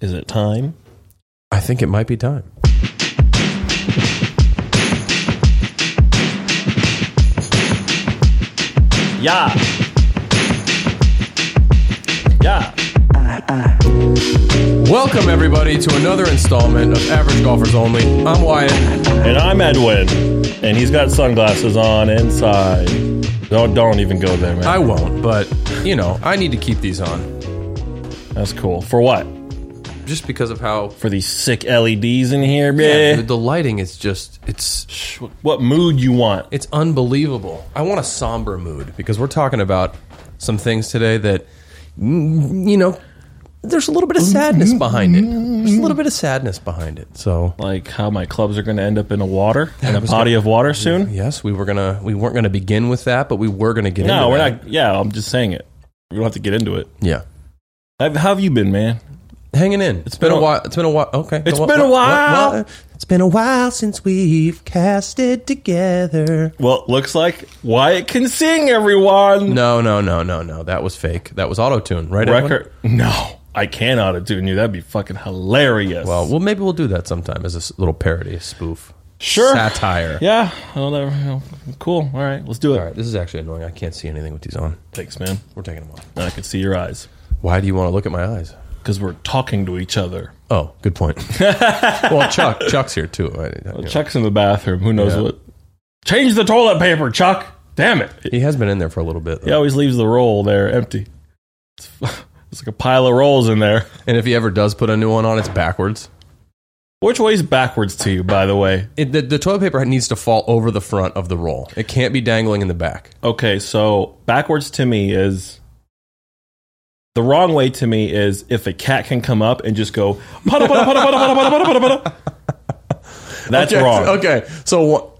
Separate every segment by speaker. Speaker 1: Is it time?
Speaker 2: I think it might be time.
Speaker 1: Yeah. Yeah.
Speaker 2: Welcome, everybody, to another installment of Average Golfers Only. I'm Wyatt.
Speaker 1: And I'm Edwin, and he's got sunglasses on inside. Don't don't even go there, man.
Speaker 2: I won't, but, you know, I need to keep these on
Speaker 1: That's cool. For what?
Speaker 2: just because of how
Speaker 1: For these sick LEDs in here,
Speaker 2: the,
Speaker 1: man.
Speaker 2: the lighting is just, it's
Speaker 1: What mood you want?
Speaker 2: it's unbelievable. I want a somber mood because we're talking about some things today that, mm, you know, there's a little bit of sadness behind it. There's a little bit of sadness behind it. So,
Speaker 1: Like how my clubs are going to end up in a water, in a
Speaker 2: was
Speaker 1: potty of water soon?
Speaker 2: yes, we were gonna, we weren't gonna begin with that, but we were gonna get into
Speaker 1: No, we're
Speaker 2: that.
Speaker 1: not. Yeah, I'm just saying it. We don't have to get into it.
Speaker 2: Yeah.
Speaker 1: How how have you been, man?
Speaker 2: hanging in. It's been a while. It's been a while. Okay.
Speaker 1: It's
Speaker 2: Wha-
Speaker 1: been a
Speaker 2: wha- wha-
Speaker 1: while.
Speaker 2: It's been a while since we've casted together.
Speaker 1: Well, looks like Wyatt can sing, everyone.
Speaker 2: No, no, no, no, no. That was fake. That was auto tune, right? Edwin?
Speaker 1: Record? No, I can't auto tune you. That'd be fucking hilarious.
Speaker 2: Oh, Well, well, maybe we'll do that sometime as a s- little parody, a spoof,
Speaker 1: Sure.
Speaker 2: satire.
Speaker 1: yeah, I'll never. I'll- cool. All right, let's do it.
Speaker 2: All right. This is actually annoying. I can't see anything with these on.
Speaker 1: Thanks, man.
Speaker 2: We're taking them off.
Speaker 1: Now I can see your eyes
Speaker 2: Why do you want to look at my eyes?
Speaker 1: because we're talking to each other.
Speaker 2: Oh, good point. well, Chuck, Chuck's here too. I, I- you know,
Speaker 1: Chuck's in the bathroom. Who knows
Speaker 2: Yeah.
Speaker 1: what? Change the toilet paper, Chuck. Damn it.
Speaker 2: he has been in there for a little bit, though.
Speaker 1: He always leaves the roll there empty. It's, it's like a pile of rolls in there.
Speaker 2: and if he ever does put a new one on, it's backwards.
Speaker 1: Which way's backwards to you, by the way?
Speaker 2: It, the, the toilet paper needs to fall over the front of the roll. It can't be dangling in the back.
Speaker 1: Okay, so backwards to me is the wrong way to me is if a cat can come up and just go "Pada, pada, pada, pada, pada, pada, pada, pada, pada." That's
Speaker 2: okay,
Speaker 1: wrong.
Speaker 2: Okay, so wh-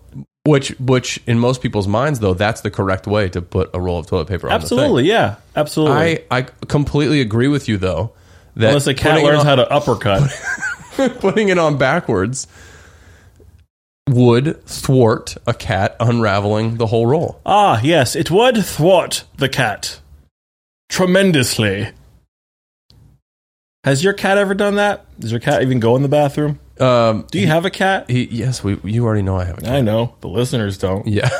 Speaker 2: which which in most people's minds though that's the correct way to put a roll of toilet paper. on
Speaker 1: Absolutely, yeah,
Speaker 2: The
Speaker 1: absolutely.
Speaker 2: thing. I I completely agree with you though. That
Speaker 1: Unless a cat
Speaker 2: putting
Speaker 1: learns
Speaker 2: it
Speaker 1: how to uppercut.
Speaker 2: on, putting it on backwards would thwart a cat unraveling the whole roll.
Speaker 1: ah, yes, it would thwart the cat tremendously. Has your cat ever done that? Does your cat even go in the bathroom?
Speaker 2: Um,
Speaker 1: Do you have a cat?
Speaker 2: he, yes, we you already know I have a cat.
Speaker 1: I know the listeners don't.
Speaker 2: Yeah.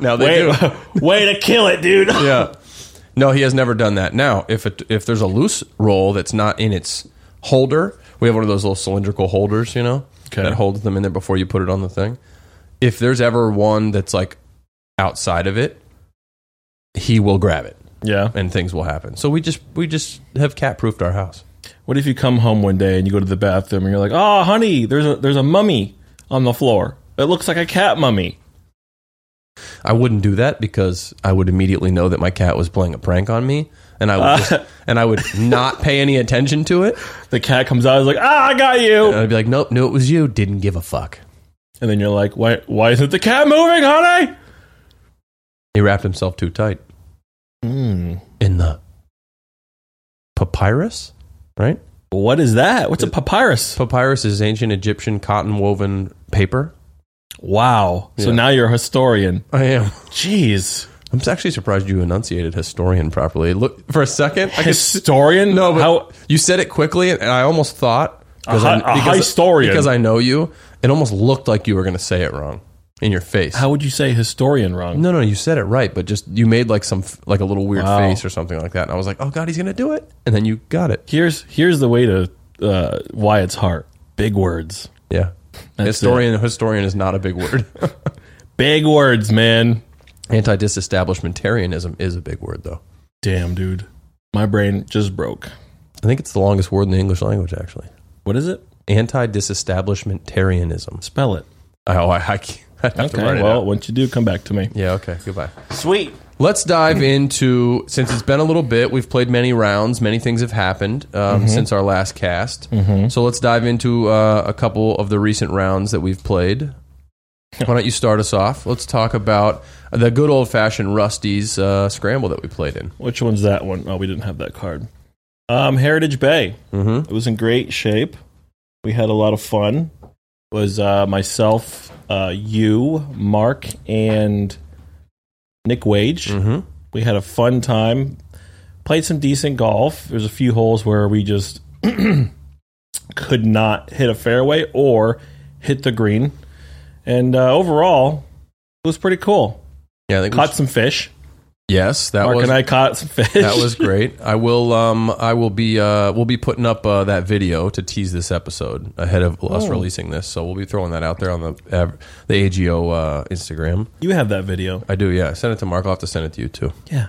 Speaker 2: now they do.
Speaker 1: Way, way to kill it, dude.
Speaker 2: yeah. No, he has never done that. Now, if it, if there's a loose roll that's not in its holder, we have one of those little cylindrical holders, you know,
Speaker 1: Okay.
Speaker 2: that holds them in there before you put it on the thing. If there's ever one that's like outside of it, he will grab it
Speaker 1: yeah.
Speaker 2: and things will happen. So we just we just have cat proofed our house.
Speaker 1: What if you come home one day and you go to the bathroom and you're like, "Oh, honey, there's a there's a mummy on the floor. It looks like a cat mummy."
Speaker 2: I wouldn't do that because I would immediately know that my cat was playing a prank on me and I would just, and I would not pay any attention to it.
Speaker 1: The cat comes out, is like, "Ah, I got you,"
Speaker 2: And I'd be like, "Nope, knew it was you. Didn't give a fuck."
Speaker 1: and then you're like, "Why why isn't the cat moving, honey?"
Speaker 2: He wrapped himself too tight
Speaker 1: Hmm.
Speaker 2: in the papyrus, right?
Speaker 1: What is that? What's a papyrus?
Speaker 2: Papyrus is ancient Egyptian cotton woven paper.
Speaker 1: Wow. So
Speaker 2: Yeah.
Speaker 1: now you're a historian.
Speaker 2: I am.
Speaker 1: Jeez.
Speaker 2: I'm actually surprised you enunciated historian properly. Look for a second. I could,
Speaker 1: Historian?
Speaker 2: no, but
Speaker 1: How,
Speaker 2: you said it quickly, and I almost thought because
Speaker 1: hi-
Speaker 2: I-
Speaker 1: a
Speaker 2: because-
Speaker 1: historian.
Speaker 2: because I know you. It almost looked like you were going to say it wrong in your face.
Speaker 1: how would you say historian wrong?
Speaker 2: no, no, you said it right, but just you made like some f- like a little weird
Speaker 1: Wow.
Speaker 2: face or something like that, and I was like, "Oh God, he's going to do it!" And then you got it.
Speaker 1: Here's here's the way to uh, Wyatt's heart. Big words.
Speaker 2: Yeah. historian historian is not a big word.
Speaker 1: Big words, man.
Speaker 2: Anti disestablishmentarianism is a big word though.
Speaker 1: Damn, dude. My brain just broke.
Speaker 2: I think it's the longest word in the English language actually.
Speaker 1: What is it?
Speaker 2: Anti disestablishmentarianism.
Speaker 1: Spell it.
Speaker 2: Oh, I, I can't- I'd have to write
Speaker 1: Okay.
Speaker 2: it
Speaker 1: Well,
Speaker 2: out.
Speaker 1: once you do, come back to me.
Speaker 2: Yeah, okay. Goodbye.
Speaker 1: Sweet.
Speaker 2: Let's dive into since it's been a little bit, we've played many rounds, many things have happened um, since our last cast. So let's dive into uh, a couple of the recent rounds that we've played. Why don't you start us off? Let's talk about the good old fashioned Rusty's uh, scramble that we played in.
Speaker 1: Which one's that one? Oh, we didn't have that card. Um, Heritage Bay.
Speaker 2: Mm-hmm.
Speaker 1: It was in great shape. We had a lot of fun. It was uh, myself, uh, you, Mark, and Nick Wage.
Speaker 2: Mm-hmm.
Speaker 1: We had a fun time. Played some decent golf. There's a few holes where we just could not hit a fairway or hit the green. And uh, overall, it was pretty cool.
Speaker 2: Yeah, I think we
Speaker 1: Caught
Speaker 2: should-
Speaker 1: some fish.
Speaker 2: yes, that
Speaker 1: Mark
Speaker 2: was
Speaker 1: and I caught some fish.
Speaker 2: that was great. I will um I will be uh we'll be putting up uh, that video to tease this episode ahead of us releasing this. So we'll be throwing that out there on the av- the AGO uh, Instagram.
Speaker 1: you have that video.
Speaker 2: I do, yeah. Send it to Mark. I'll have to send it to you too.
Speaker 1: Yeah.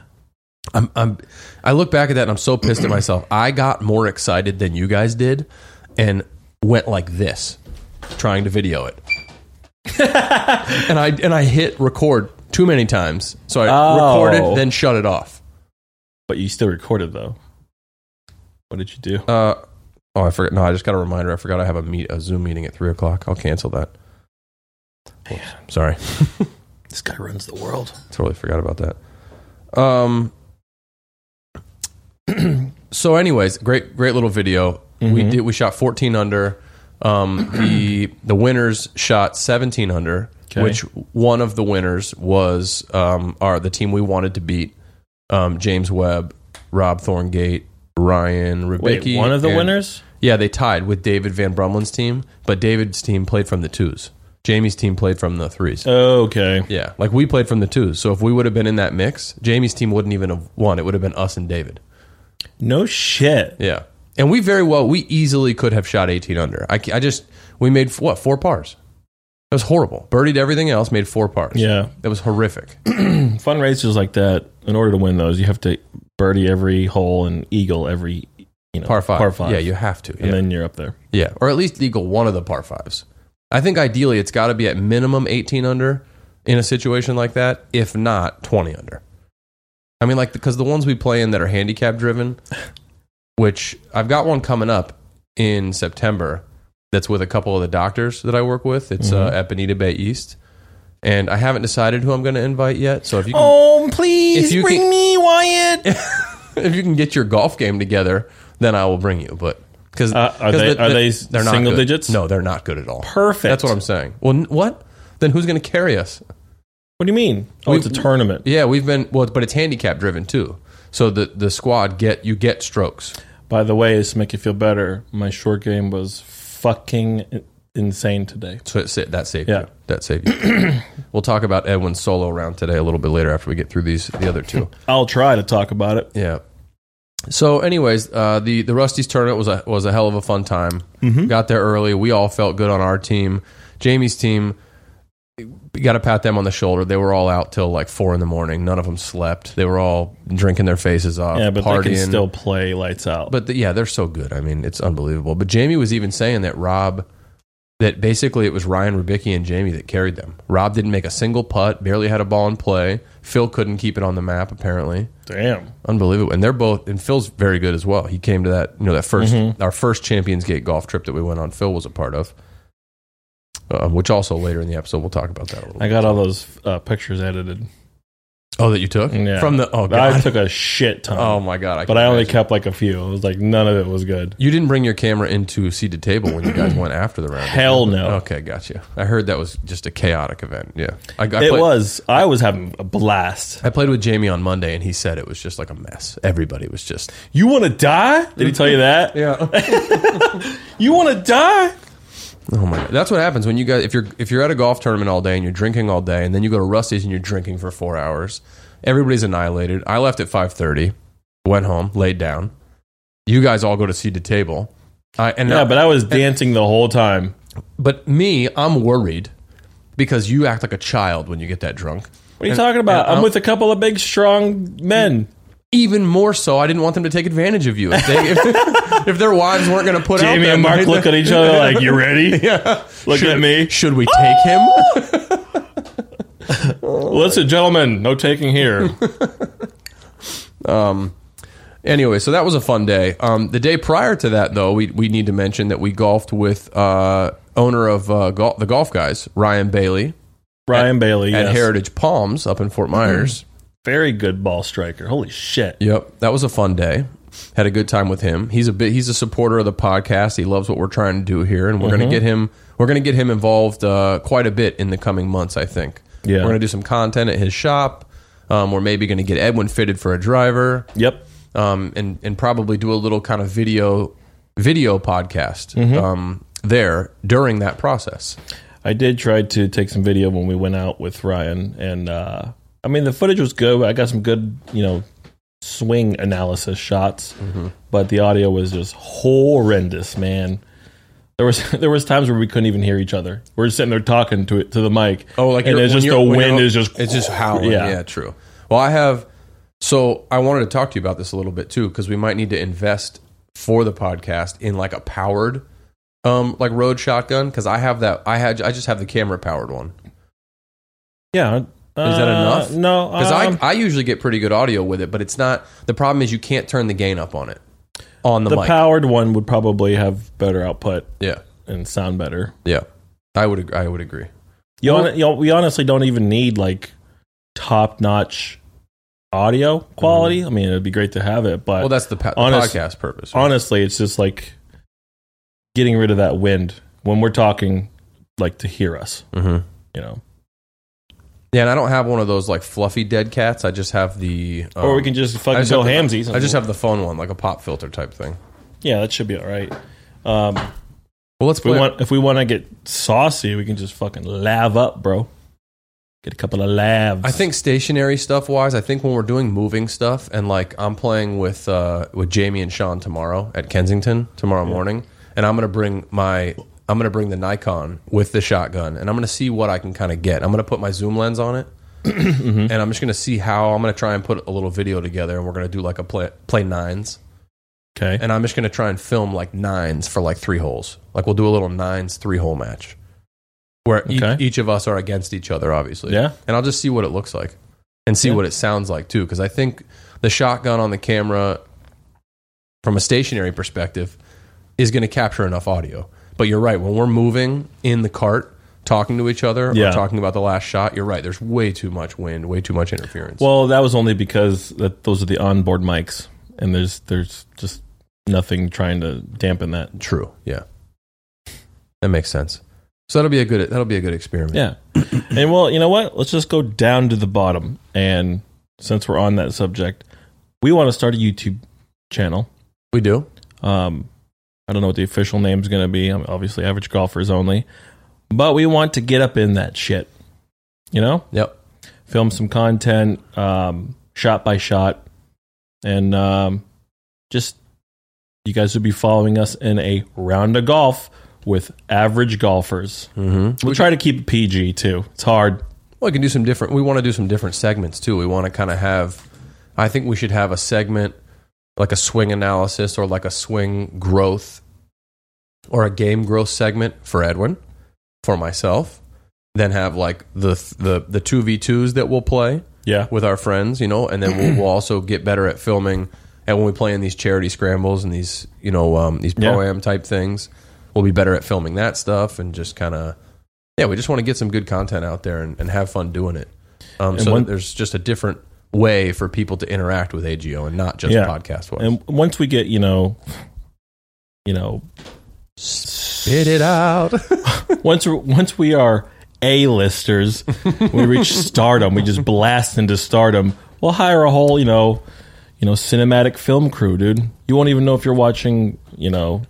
Speaker 2: I'm, I'm I look back at that and I'm so pissed at myself. I got more excited than you guys did and went like this trying to video it. and I and I hit record too many times. So I
Speaker 1: Oh.
Speaker 2: recorded then shut it off.
Speaker 1: But you still recorded, though. What did you do?
Speaker 2: Uh oh, I forgot. No, I just got a reminder. I forgot I have a meet a Zoom meeting at three o'clock. I'll cancel that. Oops, sorry,
Speaker 1: This guy runs the world.
Speaker 2: totally forgot about that. Um. so, anyways, great great little video. We
Speaker 1: Mm-hmm.
Speaker 2: did. We shot fourteen under. Um, the the winners shot seventeen under,
Speaker 1: Okay.
Speaker 2: which one of the winners was um our the team we wanted to beat. Um, James Webb, Rob Thorngate, Ryan Rubicki.
Speaker 1: Wait, one of the
Speaker 2: and-
Speaker 1: winners?
Speaker 2: Yeah, they tied with David Van Brumlin's team, but David's team played from the twos. Jamie's team played from the threes.
Speaker 1: Okay.
Speaker 2: Yeah, like we played from the twos. So if we would have been in that mix, Jamie's team wouldn't even have won. It would have been us and David.
Speaker 1: No shit.
Speaker 2: Yeah, and we very well, we easily could have shot eighteen under. I, ca- I just we made what four pars. That was horrible. Birdied everything else, made four pars.
Speaker 1: Yeah.
Speaker 2: that was horrific.
Speaker 1: Fundraisers like that, in order to win those, you have to birdie every hole and eagle every, you know,
Speaker 2: Par five.
Speaker 1: Par five.
Speaker 2: Yeah, you have to.
Speaker 1: and
Speaker 2: Yeah.
Speaker 1: then you're up there.
Speaker 2: Yeah, or at least eagle one of the par fives. I think ideally it's got to be at minimum 18 under in a situation like that, if not 20 under. I mean, like, because the ones we play in that are handicap driven, which I've got one coming up in September that's with a couple of the doctors that I work with. It's uh, at Bonita Bay East. And I haven't decided who I'm going to invite yet. So if you can,
Speaker 1: Oh, please
Speaker 2: If you can-
Speaker 1: me Wyatt.
Speaker 2: if you can get your golf game together, then I will bring you. But because
Speaker 1: Uh, are they- are they single digits?
Speaker 2: No, they're not good at all.
Speaker 1: Perfect.
Speaker 2: That's what I'm saying. Well, n- what? Then who's going to carry us?
Speaker 1: What do you mean? Oh, it's a tournament.
Speaker 2: Yeah, we've been well, but it's handicap driven too. So the the squad get you get strokes.
Speaker 1: By the way, just to make you feel better, my short game was fucking i- insane today.
Speaker 2: So it, sa- that saved
Speaker 1: Yeah.
Speaker 2: you. That saved you. we'll talk about Edwin's solo round today a little bit later after we get through these the other two.
Speaker 1: I'll try to talk about it.
Speaker 2: Yeah. So, anyways, uh, the the Rusty's tournament was a was a hell of a fun time.
Speaker 1: Mm-hmm.
Speaker 2: Got there early. We all felt good on our team. Jamie's team. Got to pat them on the shoulder. They were all out till like four in the morning. None of them slept. They were all drinking their faces off.
Speaker 1: Yeah, but
Speaker 2: partying.
Speaker 1: they can still play lights out.
Speaker 2: But the, yeah, they're so good. I mean, it's unbelievable. But Jamie was even saying that Rob, that basically it was Ryan Rubicki and Jamie that carried them. Rob didn't make a single putt. Barely had a ball in play. Phil couldn't keep it on the map. Apparently,
Speaker 1: Damn.
Speaker 2: unbelievable. And they're both and Phil's very good as well. He came to that you know that 1st our first Champions Gate golf trip that we went on. Phil was a part of, um, which also later in the episode we'll talk about that a little.
Speaker 1: I got all those uh, pictures edited.
Speaker 2: oh, that you took
Speaker 1: Yeah.
Speaker 2: from the oh
Speaker 1: I
Speaker 2: god
Speaker 1: took a shit ton.
Speaker 2: oh my god. I
Speaker 1: but
Speaker 2: can't
Speaker 1: I only
Speaker 2: imagine.
Speaker 1: kept like a few. It was like none of it was good.
Speaker 2: You didn't bring your camera into seated table when you guys went after the round. did you?
Speaker 1: Hell no.
Speaker 2: Okay, gotcha. I heard that was just a chaotic event. Yeah, I, I
Speaker 1: It
Speaker 2: played,
Speaker 1: was. I was having a blast.
Speaker 2: I played with Jamie on Monday, and he said it was just like a mess. Everybody was just
Speaker 1: You want to die? Did he tell you that?
Speaker 2: yeah.
Speaker 1: You want to die?
Speaker 2: Oh my god, that's what happens when you guys if you're if you're at a golf tournament all day and you're drinking all day, and then you go to Rusty's and you're drinking for four hours. Everybody's annihilated. I left at five thirty, went home, laid down. You guys all go to seated table. I and
Speaker 1: Yeah, but I was dancing the whole time.
Speaker 2: but me, I'm worried because you act like a child when you get that drunk.
Speaker 1: What are you talking about?
Speaker 2: and
Speaker 1: I'm
Speaker 2: I'll-
Speaker 1: with a couple of big, strong men.
Speaker 2: even more so, I didn't want them to take advantage of you. If, they, if, if their wives weren't going to put out
Speaker 1: Jamie
Speaker 2: there,
Speaker 1: and Mark look at each other like, "You ready?
Speaker 2: yeah.
Speaker 1: Look at me."
Speaker 2: Should we take him?
Speaker 1: Listen, gentlemen, no taking here.
Speaker 2: Um, Anyway, so that was a fun day. Um, the day prior to that, though, we, we need to mention that we golfed with uh, owner of uh, gol the golf guys, Ryan Bailey,
Speaker 1: Ryan Bailey,
Speaker 2: at
Speaker 1: yes. Mm-hmm.
Speaker 2: Heritage Palms up in Fort Myers.
Speaker 1: very good ball striker. Holy shit!
Speaker 2: Yep, that was a fun day. Had a good time with him. He's a bit. He's a supporter of the podcast. He loves what we're trying to do here, and we're
Speaker 1: Mm-hmm.
Speaker 2: going to get him. We're going to get him involved uh, quite a bit in the coming months. I think.
Speaker 1: Yeah.
Speaker 2: we're going to do some content at his shop. Um, we're maybe going to get Edwin fitted for a driver.
Speaker 1: Yep,
Speaker 2: um, and and probably do a little kind of video video podcast um, there during that process.
Speaker 1: I did try to take some video when we went out with Ryan, and uh, I mean the footage was good. I got some good, you know, swing analysis shots,
Speaker 2: Mm-hmm.
Speaker 1: but the audio was just horrendous, man. There was there was times where we couldn't even hear each other. We're just sitting there talking to it to the mic. and
Speaker 2: Oh, you're-
Speaker 1: it's
Speaker 2: when
Speaker 1: just
Speaker 2: you're-
Speaker 1: the
Speaker 2: when
Speaker 1: wind
Speaker 2: you're-
Speaker 1: is just
Speaker 2: it's just howling.
Speaker 1: Yeah.
Speaker 2: Yeah. true. Well, I have. So I wanted to talk to you about this a little bit too, because we might need to invest for the podcast in like a powered, um, like road shotgun. Because I have that. I had. I just have the camera powered one.
Speaker 1: yeah. Uh,
Speaker 2: Is that enough?
Speaker 1: No,
Speaker 2: Because
Speaker 1: um,
Speaker 2: I I usually get pretty good audio with it, but it's not. The problem is you can't turn the gain up on it on the,
Speaker 1: the
Speaker 2: mic.
Speaker 1: powered one would probably have better output
Speaker 2: yeah,
Speaker 1: and sound better.
Speaker 2: yeah. I would. ag- I would agree.
Speaker 1: You,
Speaker 2: Well-
Speaker 1: hon- you know, we honestly don't even need like top notch audio quality. I mean, it'd be great to have it, but
Speaker 2: Mm-hmm. Well, that's the, pa- the
Speaker 1: Uh, honest-
Speaker 2: podcast purpose. right?
Speaker 1: honestly, it's just like getting rid of that wind when we're talking, like to hear us.
Speaker 2: Mhm.
Speaker 1: You know,
Speaker 2: Yeah, and I don't have one of those like fluffy dead cats. I just have the. Um,
Speaker 1: or we can just
Speaker 2: I
Speaker 1: fucking
Speaker 2: just
Speaker 1: go
Speaker 2: have
Speaker 1: hamsies.
Speaker 2: the,
Speaker 1: and-
Speaker 2: I just have the phone one, like a pop filter type thing.
Speaker 1: yeah, that should be all right. Um, if
Speaker 2: Well, let's
Speaker 1: we
Speaker 2: play.
Speaker 1: want if we want to get saucy, we can just fucking lav up, bro. Get a couple of lavs.
Speaker 2: I think stationary stuff wise, I think when we're doing moving stuff, and like I'm playing with uh, with Jamie and Sean tomorrow at Kensington tomorrow morning, and I'm gonna bring my I'm gonna bring the Nikon with the shotgun, and I'm gonna see what I can kind of get. I'm gonna put my zoom lens on it, and I'm just gonna see how I'm gonna try and put a little video together, and we're gonna do like a play play nines.
Speaker 1: okay.
Speaker 2: and I'm just gonna try and film like nines for like three holes. Like we'll do a little nines three hole match, where each,
Speaker 1: Okay.
Speaker 2: each of us are against each other, obviously.
Speaker 1: Yeah.
Speaker 2: And I'll just see what it looks like, and see
Speaker 1: Yeah.
Speaker 2: what it sounds like too, because I think the shotgun on the camera, from a stationary perspective, is gonna capture enough audio. But you're right. When we're moving in the cart, talking to each other,
Speaker 1: Yeah.
Speaker 2: or talking about the last shot, you're right. There's way too much wind, way too much interference.
Speaker 1: Well, that was only because that those are the onboard mics, and there's there's just nothing trying to dampen that.
Speaker 2: True. Yeah. That makes sense. So that'll be a good that'll be a good experiment.
Speaker 1: Yeah, and well, you know what? Let's just go down to the bottom. And since we're on that subject, we want to start a YouTube channel.
Speaker 2: We do.
Speaker 1: Um, I don't know what the official name's going to be. I'm obviously average golfers only, but we want to get up in that shit. You know,
Speaker 2: Yep.
Speaker 1: film some content, um, shot by shot, and um, just you guys would be following us in a round of golf with average golfers.
Speaker 2: Mm-hmm.
Speaker 1: We'll try to keep it PG too. It's hard.
Speaker 2: Well, we can do some different. We want to do some different segments too. We want to kind of have. I think we should have a segment like a swing analysis or like a swing growth or a game growth segment for Edwin, for myself. Then have like the the the two v twos that we'll play.
Speaker 1: Yeah.
Speaker 2: with our friends, you know, and then we'll, we'll also get better at filming. And when we play in these charity scrambles and these, you know, um, these
Speaker 1: Yeah.
Speaker 2: pro am type things, we'll be better at filming that stuff and just kind of, yeah, we just want to get some good content out there and, and have fun doing it. Um, so
Speaker 1: one-
Speaker 2: that there's just a different way for people to interact with AGO and not just
Speaker 1: Yeah.
Speaker 2: podcast wise.
Speaker 1: And once we get, you know, you know,
Speaker 2: Spit it out.
Speaker 1: once we're, once we are A-listers, we reach stardom. We just blast into stardom. We'll hire a whole, you know, you know, cinematic film crew, dude. You won't even know if you're watching, you know,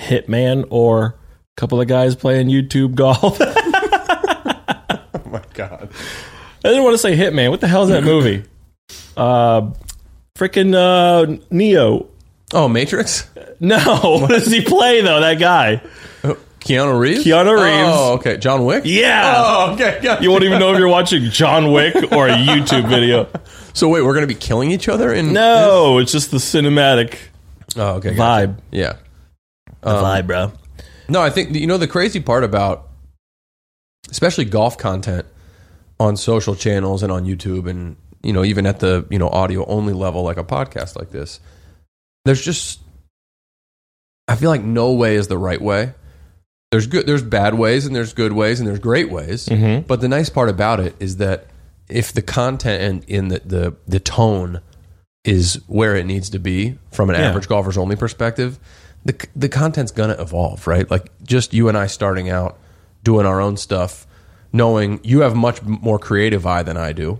Speaker 1: Hitman or a couple of guys playing YouTube golf. I
Speaker 2: oh my God.
Speaker 1: didn't want to say Hitman. What the hell is that movie? Uh, freaking uh, Neo.
Speaker 2: Oh, Matrix?
Speaker 1: No, what does he play though? That guy,
Speaker 2: Keanu Reeves?
Speaker 1: Keanu Reeves.
Speaker 2: Oh, okay. John Wick?
Speaker 1: yeah.
Speaker 2: Oh, okay. Yeah.
Speaker 1: You won't even know if you're watching John Wick or a YouTube video.
Speaker 2: So wait, we're going to be killing each other in
Speaker 1: No, it's just the cinematic
Speaker 2: Oh, okay. gotcha.
Speaker 1: vibe. Um,
Speaker 2: Yeah.
Speaker 1: The vibe, bro.
Speaker 2: No, I think you know the crazy part about especially golf content on social channels and on YouTube and you know even at the you know audio only level like a podcast like this. There's just I feel like no way is the right way. There's good there's bad ways and there's good ways and there's great ways. But the nice part about it is that if the content and in the the, the tone is where it needs to be from an
Speaker 1: Yeah.
Speaker 2: average golfers only perspective, the the content's gonna evolve, right? Like just you and I starting out doing our own stuff, knowing you have much more creative eye than I do,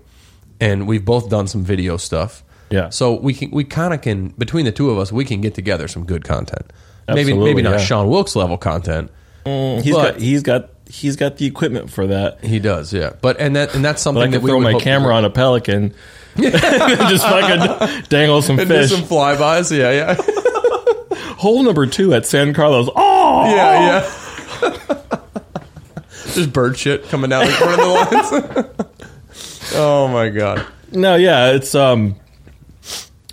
Speaker 2: and we've both done some video stuff.
Speaker 1: Yeah.
Speaker 2: So we can we kind of can between the two of us we can get together some good content. maybe
Speaker 1: Absolutely,
Speaker 2: maybe not
Speaker 1: yeah.
Speaker 2: Sean Wilkes level content.
Speaker 1: mm, He's
Speaker 2: But-
Speaker 1: got he's got he's got the equipment for that.
Speaker 2: He does, yeah. But and that and that's something
Speaker 1: I can
Speaker 2: that we
Speaker 1: throw
Speaker 2: would
Speaker 1: my
Speaker 2: hope to
Speaker 1: camera on a pelican, and just fucking dangle some
Speaker 2: do. and do
Speaker 1: fish.
Speaker 2: some flybys. Yeah, yeah,
Speaker 1: Hole number two at San Carlos. Oh,
Speaker 2: yeah, yeah. Just bird shit coming down in front of the lines. oh my god.
Speaker 1: No, yeah, it's um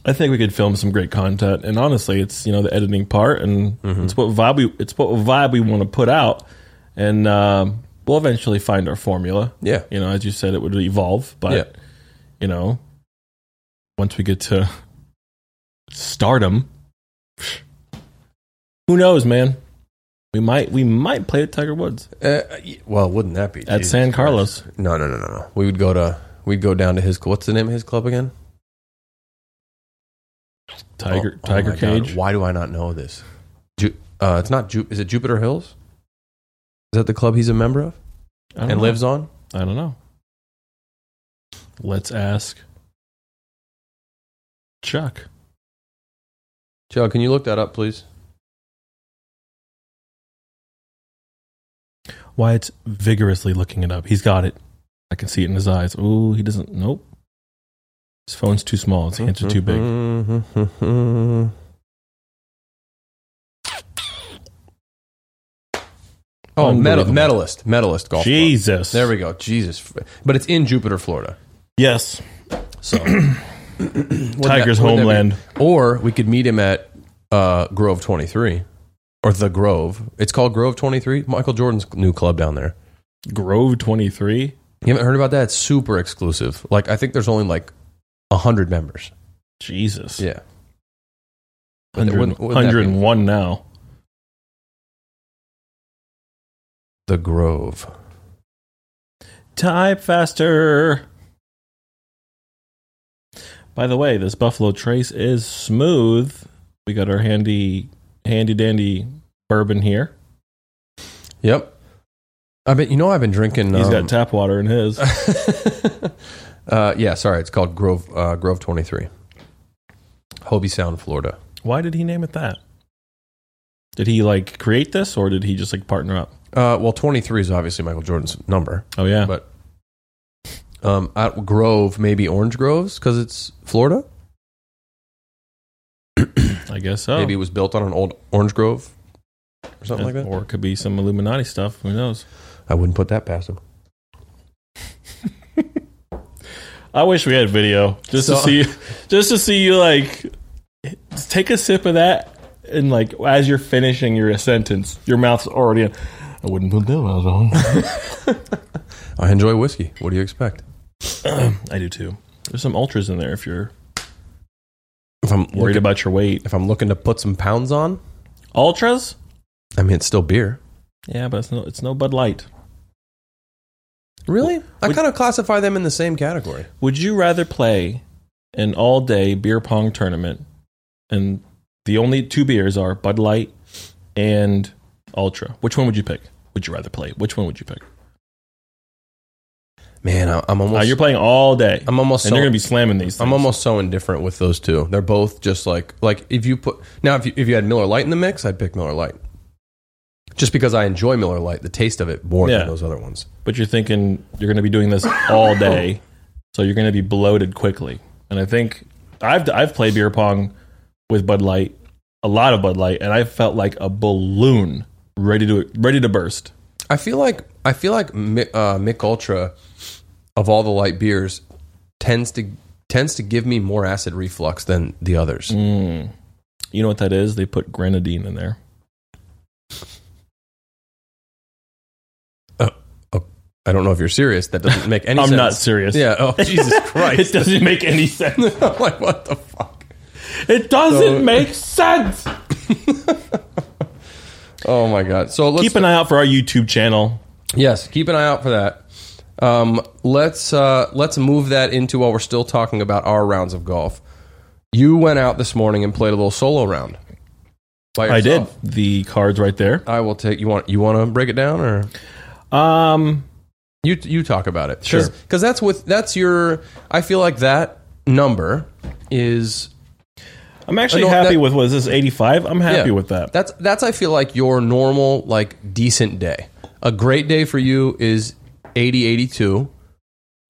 Speaker 1: I think we could film some great content and honestly it's you know the editing part and
Speaker 2: Mm-hmm.
Speaker 1: it's what vibe we it's what vibe we want to put out and um we'll eventually find our formula.
Speaker 2: Yeah.
Speaker 1: You know, as you said it would evolve, but
Speaker 2: Yeah.
Speaker 1: you know once we get to stardom who knows, man? We might we might play at Tiger Woods
Speaker 2: Uh, well, wouldn't that be
Speaker 1: at
Speaker 2: Jesus
Speaker 1: San
Speaker 2: Christ.
Speaker 1: Carlos.
Speaker 2: No, no, no, no, no. We would go to we'd go down to his what's the name of his club again?
Speaker 1: Tiger
Speaker 2: Oh, oh
Speaker 1: Tiger
Speaker 2: my God.
Speaker 1: Cage.
Speaker 2: Why do I not know this? Ju- uh, it's not Ju- is it Jupiter Hills? Is that the club he's a member of
Speaker 1: I don't
Speaker 2: and
Speaker 1: know.
Speaker 2: lives on?
Speaker 1: I don't know. Let's ask Chuck.
Speaker 2: Joe, can you look that up, please?
Speaker 1: Wyatt's vigorously looking it up. He's got it. I can see it in his eyes. Ooh, he doesn't. Nope. His phone's too small. His hands are too big.
Speaker 2: Oh, big. Oh, medal,
Speaker 1: Unbelievable.
Speaker 2: medalist, medalist golf. club.
Speaker 1: Jesus.
Speaker 2: There we go. Jesus. But it's in Jupiter, Florida.
Speaker 1: Yes.
Speaker 2: So Wouldn't that-
Speaker 1: Tiger's
Speaker 2: wouldn't
Speaker 1: homeland.
Speaker 2: that be- Or we could meet him at uh, Grove 23 or the Grove. It's called Grove 23. Michael Jordan's new club down there.
Speaker 1: Grove 23.
Speaker 2: You haven't heard about that? It's super exclusive. Like, I think there's only like 100 members.
Speaker 1: Jesus.
Speaker 2: Yeah.
Speaker 1: Hundred-
Speaker 2: Wouldn't- wouldn't that be-
Speaker 1: 101 now.
Speaker 2: The Grove.
Speaker 1: Type faster. By the way, this Buffalo Trace is smooth. We got our handy, handy dandy bourbon here.
Speaker 2: Yep. I mean, you know, I've been drinking.
Speaker 1: He's
Speaker 2: um,
Speaker 1: got tap water in his.
Speaker 2: uh, yeah, sorry. It's called Grove, uh, Grove 23. Hobie Sound, Florida.
Speaker 1: Why did he name it that? Did he like create this or did he just like partner up?
Speaker 2: Uh, well, 23 is obviously Michael Jordan's number.
Speaker 1: Oh yeah.
Speaker 2: But um, at Grove, maybe Orange Groves because it's Florida.
Speaker 1: I guess so.
Speaker 2: Maybe it was built on an old orange grove or something like that.
Speaker 1: Or it could be some Illuminati stuff. Who knows?
Speaker 2: I wouldn't put that past him.
Speaker 1: I wish we had video just to
Speaker 2: So-
Speaker 1: see, just to see you like take a sip of that and like as you're finishing your sentence, your mouth's already. In, I wouldn't put that on.
Speaker 2: I enjoy whiskey. What do you expect?
Speaker 1: I do too. There's some ultras in there if you're
Speaker 2: If I'm
Speaker 1: worried
Speaker 2: looking,
Speaker 1: about your weight.
Speaker 2: if I'm looking to put some pounds on,
Speaker 1: Ultras?
Speaker 2: I mean it's still beer.
Speaker 1: Yeah, but it's no, it's no Bud Light.
Speaker 2: Really? I
Speaker 1: Would-
Speaker 2: kind of classify them in the same category.
Speaker 1: Would you rather play an all day beer pong tournament and the only two beers are Bud Light and Ultra? Which one would you pick? Would you rather play? Which one would you pick?
Speaker 2: Man, I, I'm
Speaker 1: Uh,
Speaker 2: almost
Speaker 1: you're playing all day.
Speaker 2: I'm almost
Speaker 1: and
Speaker 2: so-
Speaker 1: you're going to be slamming these things.
Speaker 2: I'm almost so indifferent with those two. They're both just like like if you put now if you, if you had Miller Lite in the mix, I'd pick Miller Lite. Just because I enjoy Miller Lite, the taste of it more
Speaker 1: Yeah.
Speaker 2: than those other ones.
Speaker 1: but you're thinking you're going to be doing this all day, so you're going to be bloated quickly. And I think I've I've played beer pong with Bud Light, a lot of Bud Light, and I felt like a balloon ready to ready to burst.
Speaker 2: I feel like I feel like Mi- uh, Mick Ultra of all the light beers tends to tends to give me more acid reflux than the others.
Speaker 1: Mm. You know what that is? They put grenadine in there.
Speaker 2: I don't know if you're serious. That doesn't make any
Speaker 1: I'm
Speaker 2: sense.
Speaker 1: not serious.
Speaker 2: Yeah. Oh Jesus
Speaker 1: It
Speaker 2: Christ!
Speaker 1: doesn't make any sense.
Speaker 2: I'm like what the fuck?
Speaker 1: It doesn't
Speaker 2: So-
Speaker 1: make sense.
Speaker 2: Oh my god. So let's
Speaker 1: Keep an eye out for our YouTube channel.
Speaker 2: yes, keep an eye out for that. Um, let's uh, let's move that into while we're still talking about our rounds of golf. You went out this morning and played a little solo round. by
Speaker 1: I did
Speaker 2: yourself.
Speaker 1: the cards right there.
Speaker 2: I will take you want you want to break it down or
Speaker 1: Um,
Speaker 2: You you talk about it,
Speaker 1: Sure.
Speaker 2: because that's with that's your. I feel like that number is
Speaker 1: I'm actually
Speaker 2: Uh, no,
Speaker 1: happy
Speaker 2: that-
Speaker 1: with what is this 85. I'm happy
Speaker 2: Yeah.
Speaker 1: with that.
Speaker 2: That's that's I feel like your normal like decent day. A great day for you is 80 82.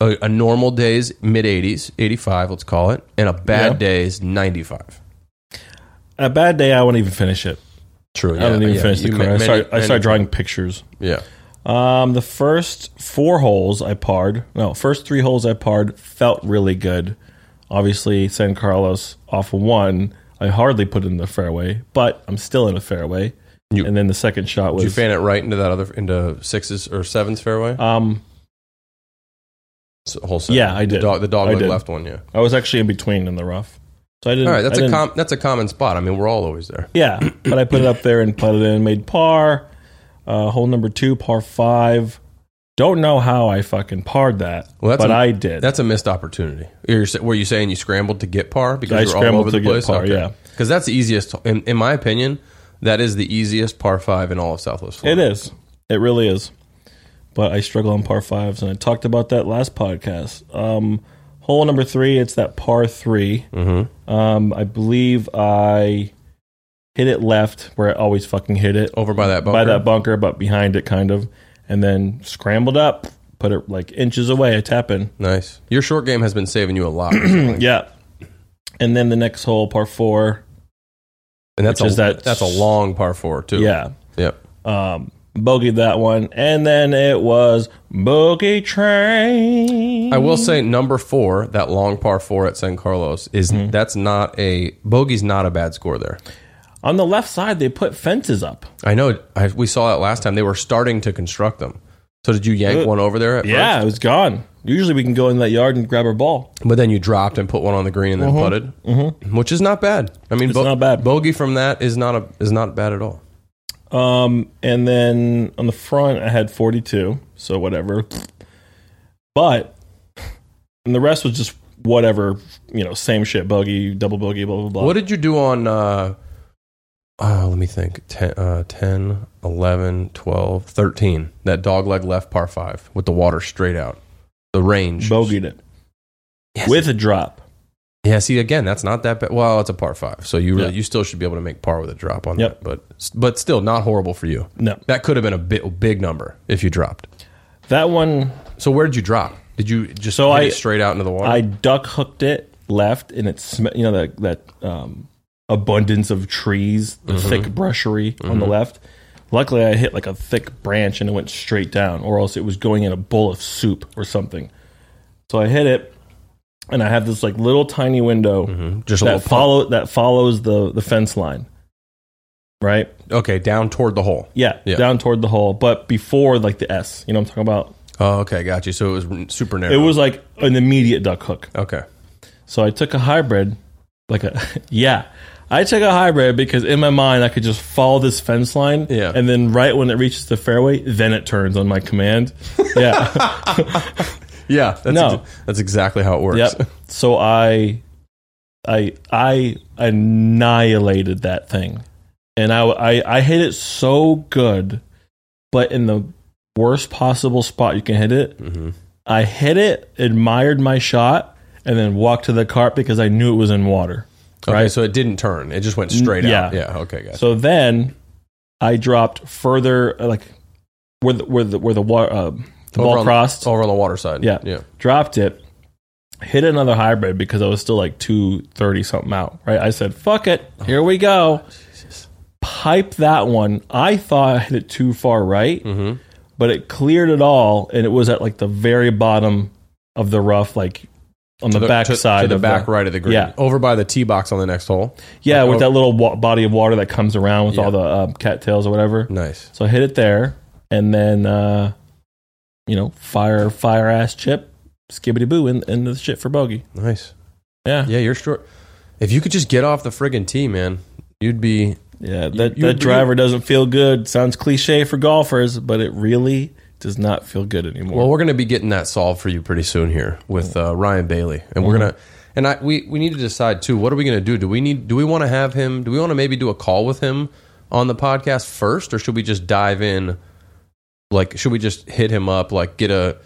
Speaker 2: A, a normal day is mid 80s, 85 let's call it, and a bad
Speaker 1: Yeah.
Speaker 2: day is 95.
Speaker 1: On a bad day, I wouldn't even finish it.
Speaker 2: True.
Speaker 1: I don't even finish the card. I start I start drawing pictures.
Speaker 2: Yeah.
Speaker 1: Um, the first four holes I parred, no, first three holes I parred felt really good. Obviously, San Carlos off of one, I hardly put in the fairway, but I'm still in a fairway.
Speaker 2: You-
Speaker 1: and then the second shot
Speaker 2: Did you
Speaker 1: was
Speaker 2: fan it right into that other into sixes or sevens fairway?
Speaker 1: um,
Speaker 2: S- whole seven.
Speaker 1: yeah, I
Speaker 2: The
Speaker 1: did.
Speaker 2: dog, the dog
Speaker 1: I
Speaker 2: leg
Speaker 1: did.
Speaker 2: left one. Yeah.
Speaker 1: I was actually in between in the rough, so I didn't.
Speaker 2: All right. That's
Speaker 1: I
Speaker 2: a
Speaker 1: didn't-
Speaker 2: com- that's a common spot. I mean, we're all always there.
Speaker 1: Yeah, but I put it up there and put it in, made par. Uh, hole number two, par five. Don't know how I fucking parred that,
Speaker 2: Well, that's
Speaker 1: but
Speaker 2: a-
Speaker 1: I did.
Speaker 2: That's a missed opportunity. You're, sa- were you saying you scrambled to get par
Speaker 1: I
Speaker 2: because you're all
Speaker 1: scrambled
Speaker 2: over
Speaker 1: to
Speaker 2: the
Speaker 1: get
Speaker 2: place?
Speaker 1: par, yeah.
Speaker 2: because that's the easiest. In, in my opinion, that is the easiest par five in all of Southwest
Speaker 1: It
Speaker 2: Florida.
Speaker 1: is. It really is. But I struggle on par fives, and I talked about that last podcast. Um, hole number three, it's that par 3 Um, I believe I hit it left where I always fucking hit it
Speaker 2: over by that Oh, bunker.
Speaker 1: by that bunker, but behind it kind of, and then scrambled up, put it like inches away. I tap in.
Speaker 2: nice. Your short game has been saving you a lot,
Speaker 1: Yeah. And then the next hole, par four.
Speaker 2: and that's
Speaker 1: Which
Speaker 2: a,
Speaker 1: is that-
Speaker 2: that's a long par four too.
Speaker 1: Yeah.
Speaker 2: Yep.
Speaker 1: Um, bogeyed that one. And then it was bogey train.
Speaker 2: I will say number four, that long par four at San Carlos is
Speaker 1: Mm-hmm.
Speaker 2: that's not a bogey's not a bad score there.
Speaker 1: On the left side, they put fences up.
Speaker 2: I know I, we saw it last time. They were starting to construct them. So did you yank one over there? At
Speaker 1: Uh, Yeah,
Speaker 2: first?
Speaker 1: it was gone. Usually we can go in that yard and grab our ball.
Speaker 2: but then you dropped and put one on the green and then putted, which is not bad. I mean, bo-
Speaker 1: Mm-hmm. not bad.
Speaker 2: Bogey from that is not a is not bad at all.
Speaker 1: Um, and then on the front, I had 42, so whatever. But, and the rest was just whatever, you know, same shit, bogey, double bogey, blah, blah, blah.
Speaker 2: What did you do on? Uh, uh, let me think. 10, uh, 10, 11, 12, 13. That dog leg left par five with the water straight out. The range.
Speaker 1: Bogeyed it
Speaker 2: Yes.
Speaker 1: with a drop.
Speaker 2: Yeah, see again, that's not that bad. Well, it's a par five, so you really,
Speaker 1: Yeah.
Speaker 2: you still should be able to make par with a drop on
Speaker 1: Yep.
Speaker 2: that. But but still, not horrible for you.
Speaker 1: No,
Speaker 2: That could have been a bit, big number if you dropped.
Speaker 1: that one
Speaker 2: So where did you drop? Did you just
Speaker 1: So
Speaker 2: hit
Speaker 1: I-
Speaker 2: it straight out into the water?
Speaker 1: I duck hooked it left, and it sm- you know that that um, abundance of trees, the thick brushery on the left. Luckily, I hit like a thick branch, and it went straight down, or else it was going in a bowl of soup or something. So I hit it, and I have this like little tiny window
Speaker 2: just a little
Speaker 1: that
Speaker 2: pop.
Speaker 1: follow that follows the the fence line, right?
Speaker 2: okay, down toward the hole.
Speaker 1: Yeah,
Speaker 2: Yeah.
Speaker 1: down toward the hole, but before like the S. You know what I'm talking about?
Speaker 2: Oh, okay, got you. So it was super narrow.
Speaker 1: It was like an immediate duck hook.
Speaker 2: okay.
Speaker 1: So I took a hybrid, like a yeah. I took a hybrid because in my mind I could just follow this fence line,
Speaker 2: Yeah.
Speaker 1: and then right when it reaches the fairway, then it turns on my command. Yeah,
Speaker 2: Yeah, that's
Speaker 1: No.
Speaker 2: ex- that's exactly how it works.
Speaker 1: yep. So I, I, I annihilated that thing, and I, I, I hit it so good, but in the worst possible spot you can hit it.
Speaker 2: Mhm.
Speaker 1: I hit it, admired my shot, and then walked to the cart because I knew it was in water.
Speaker 2: Okay,
Speaker 1: Right.
Speaker 2: so it didn't turn; it just went straight
Speaker 1: Yeah.
Speaker 2: out. Yeah. Okay, got
Speaker 1: So then I dropped further, like where the where the where the wa- uh, the
Speaker 2: you. Over
Speaker 1: ball
Speaker 2: on-
Speaker 1: crossed.
Speaker 2: over on the water side.
Speaker 1: Yeah.
Speaker 2: yeah.
Speaker 1: Dropped it, hit another hybrid because I was still like two thirty something out. Right, I said, "Fuck it,
Speaker 2: Oh.
Speaker 1: here we go." Pipe that one. I thought I hit it too far right,
Speaker 2: Mhm.
Speaker 1: but it cleared it all, and it was at like the very bottom of the rough, like on the,
Speaker 2: To
Speaker 1: back
Speaker 2: to-
Speaker 1: side
Speaker 2: to the
Speaker 1: of
Speaker 2: back right of the green.
Speaker 1: Yeah.
Speaker 2: over by the tee box on the next hole.
Speaker 1: Yeah,
Speaker 2: Like,
Speaker 1: with
Speaker 2: oh,
Speaker 1: that little wa- body of water that comes around with all the
Speaker 2: Yeah.
Speaker 1: um, cattails or whatever.
Speaker 2: Nice.
Speaker 1: So I hit it there, and then uh, you know, fire fire ass chip, skibbity boo, and and the shit for bogey.
Speaker 2: Nice.
Speaker 1: Yeah, yeah.
Speaker 2: Yeah, you're short. If you could just get off the friggin' tee, man, you'd be.
Speaker 1: that
Speaker 2: You- you-
Speaker 1: that driver doesn't feel good. Sounds cliche for golfers, but it really does not feel good anymore.
Speaker 2: Well, we're gonna be getting that solved for you pretty soon here with uh, Ryan Bailey, and we're gonna. And I we we need to decide too. What are we gonna do? Do we need? Do we want to have him? Do we want to maybe do a call with him on the podcast first, or should we just dive in? Like, should we just hit him up? Like, get a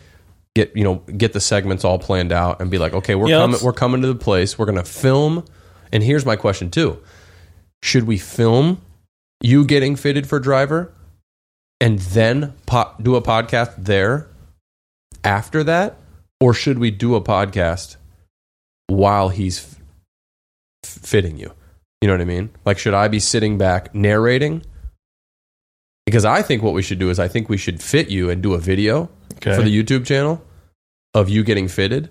Speaker 2: get you know get the segments all planned out and be like, okay, we're
Speaker 1: Yeah,
Speaker 2: coming,
Speaker 1: that's-
Speaker 2: we're coming to the place. We're gonna film. And here's my question too: Should we film you getting fitted for driver, and then po- do a podcast there after that, or should we do a podcast while he's f- fitting you? You know what I mean? Like, should I be sitting back narrating? Because I think what we should do is I think we should fit you and do a video
Speaker 1: Okay.
Speaker 2: for the YouTube channel of you getting fitted,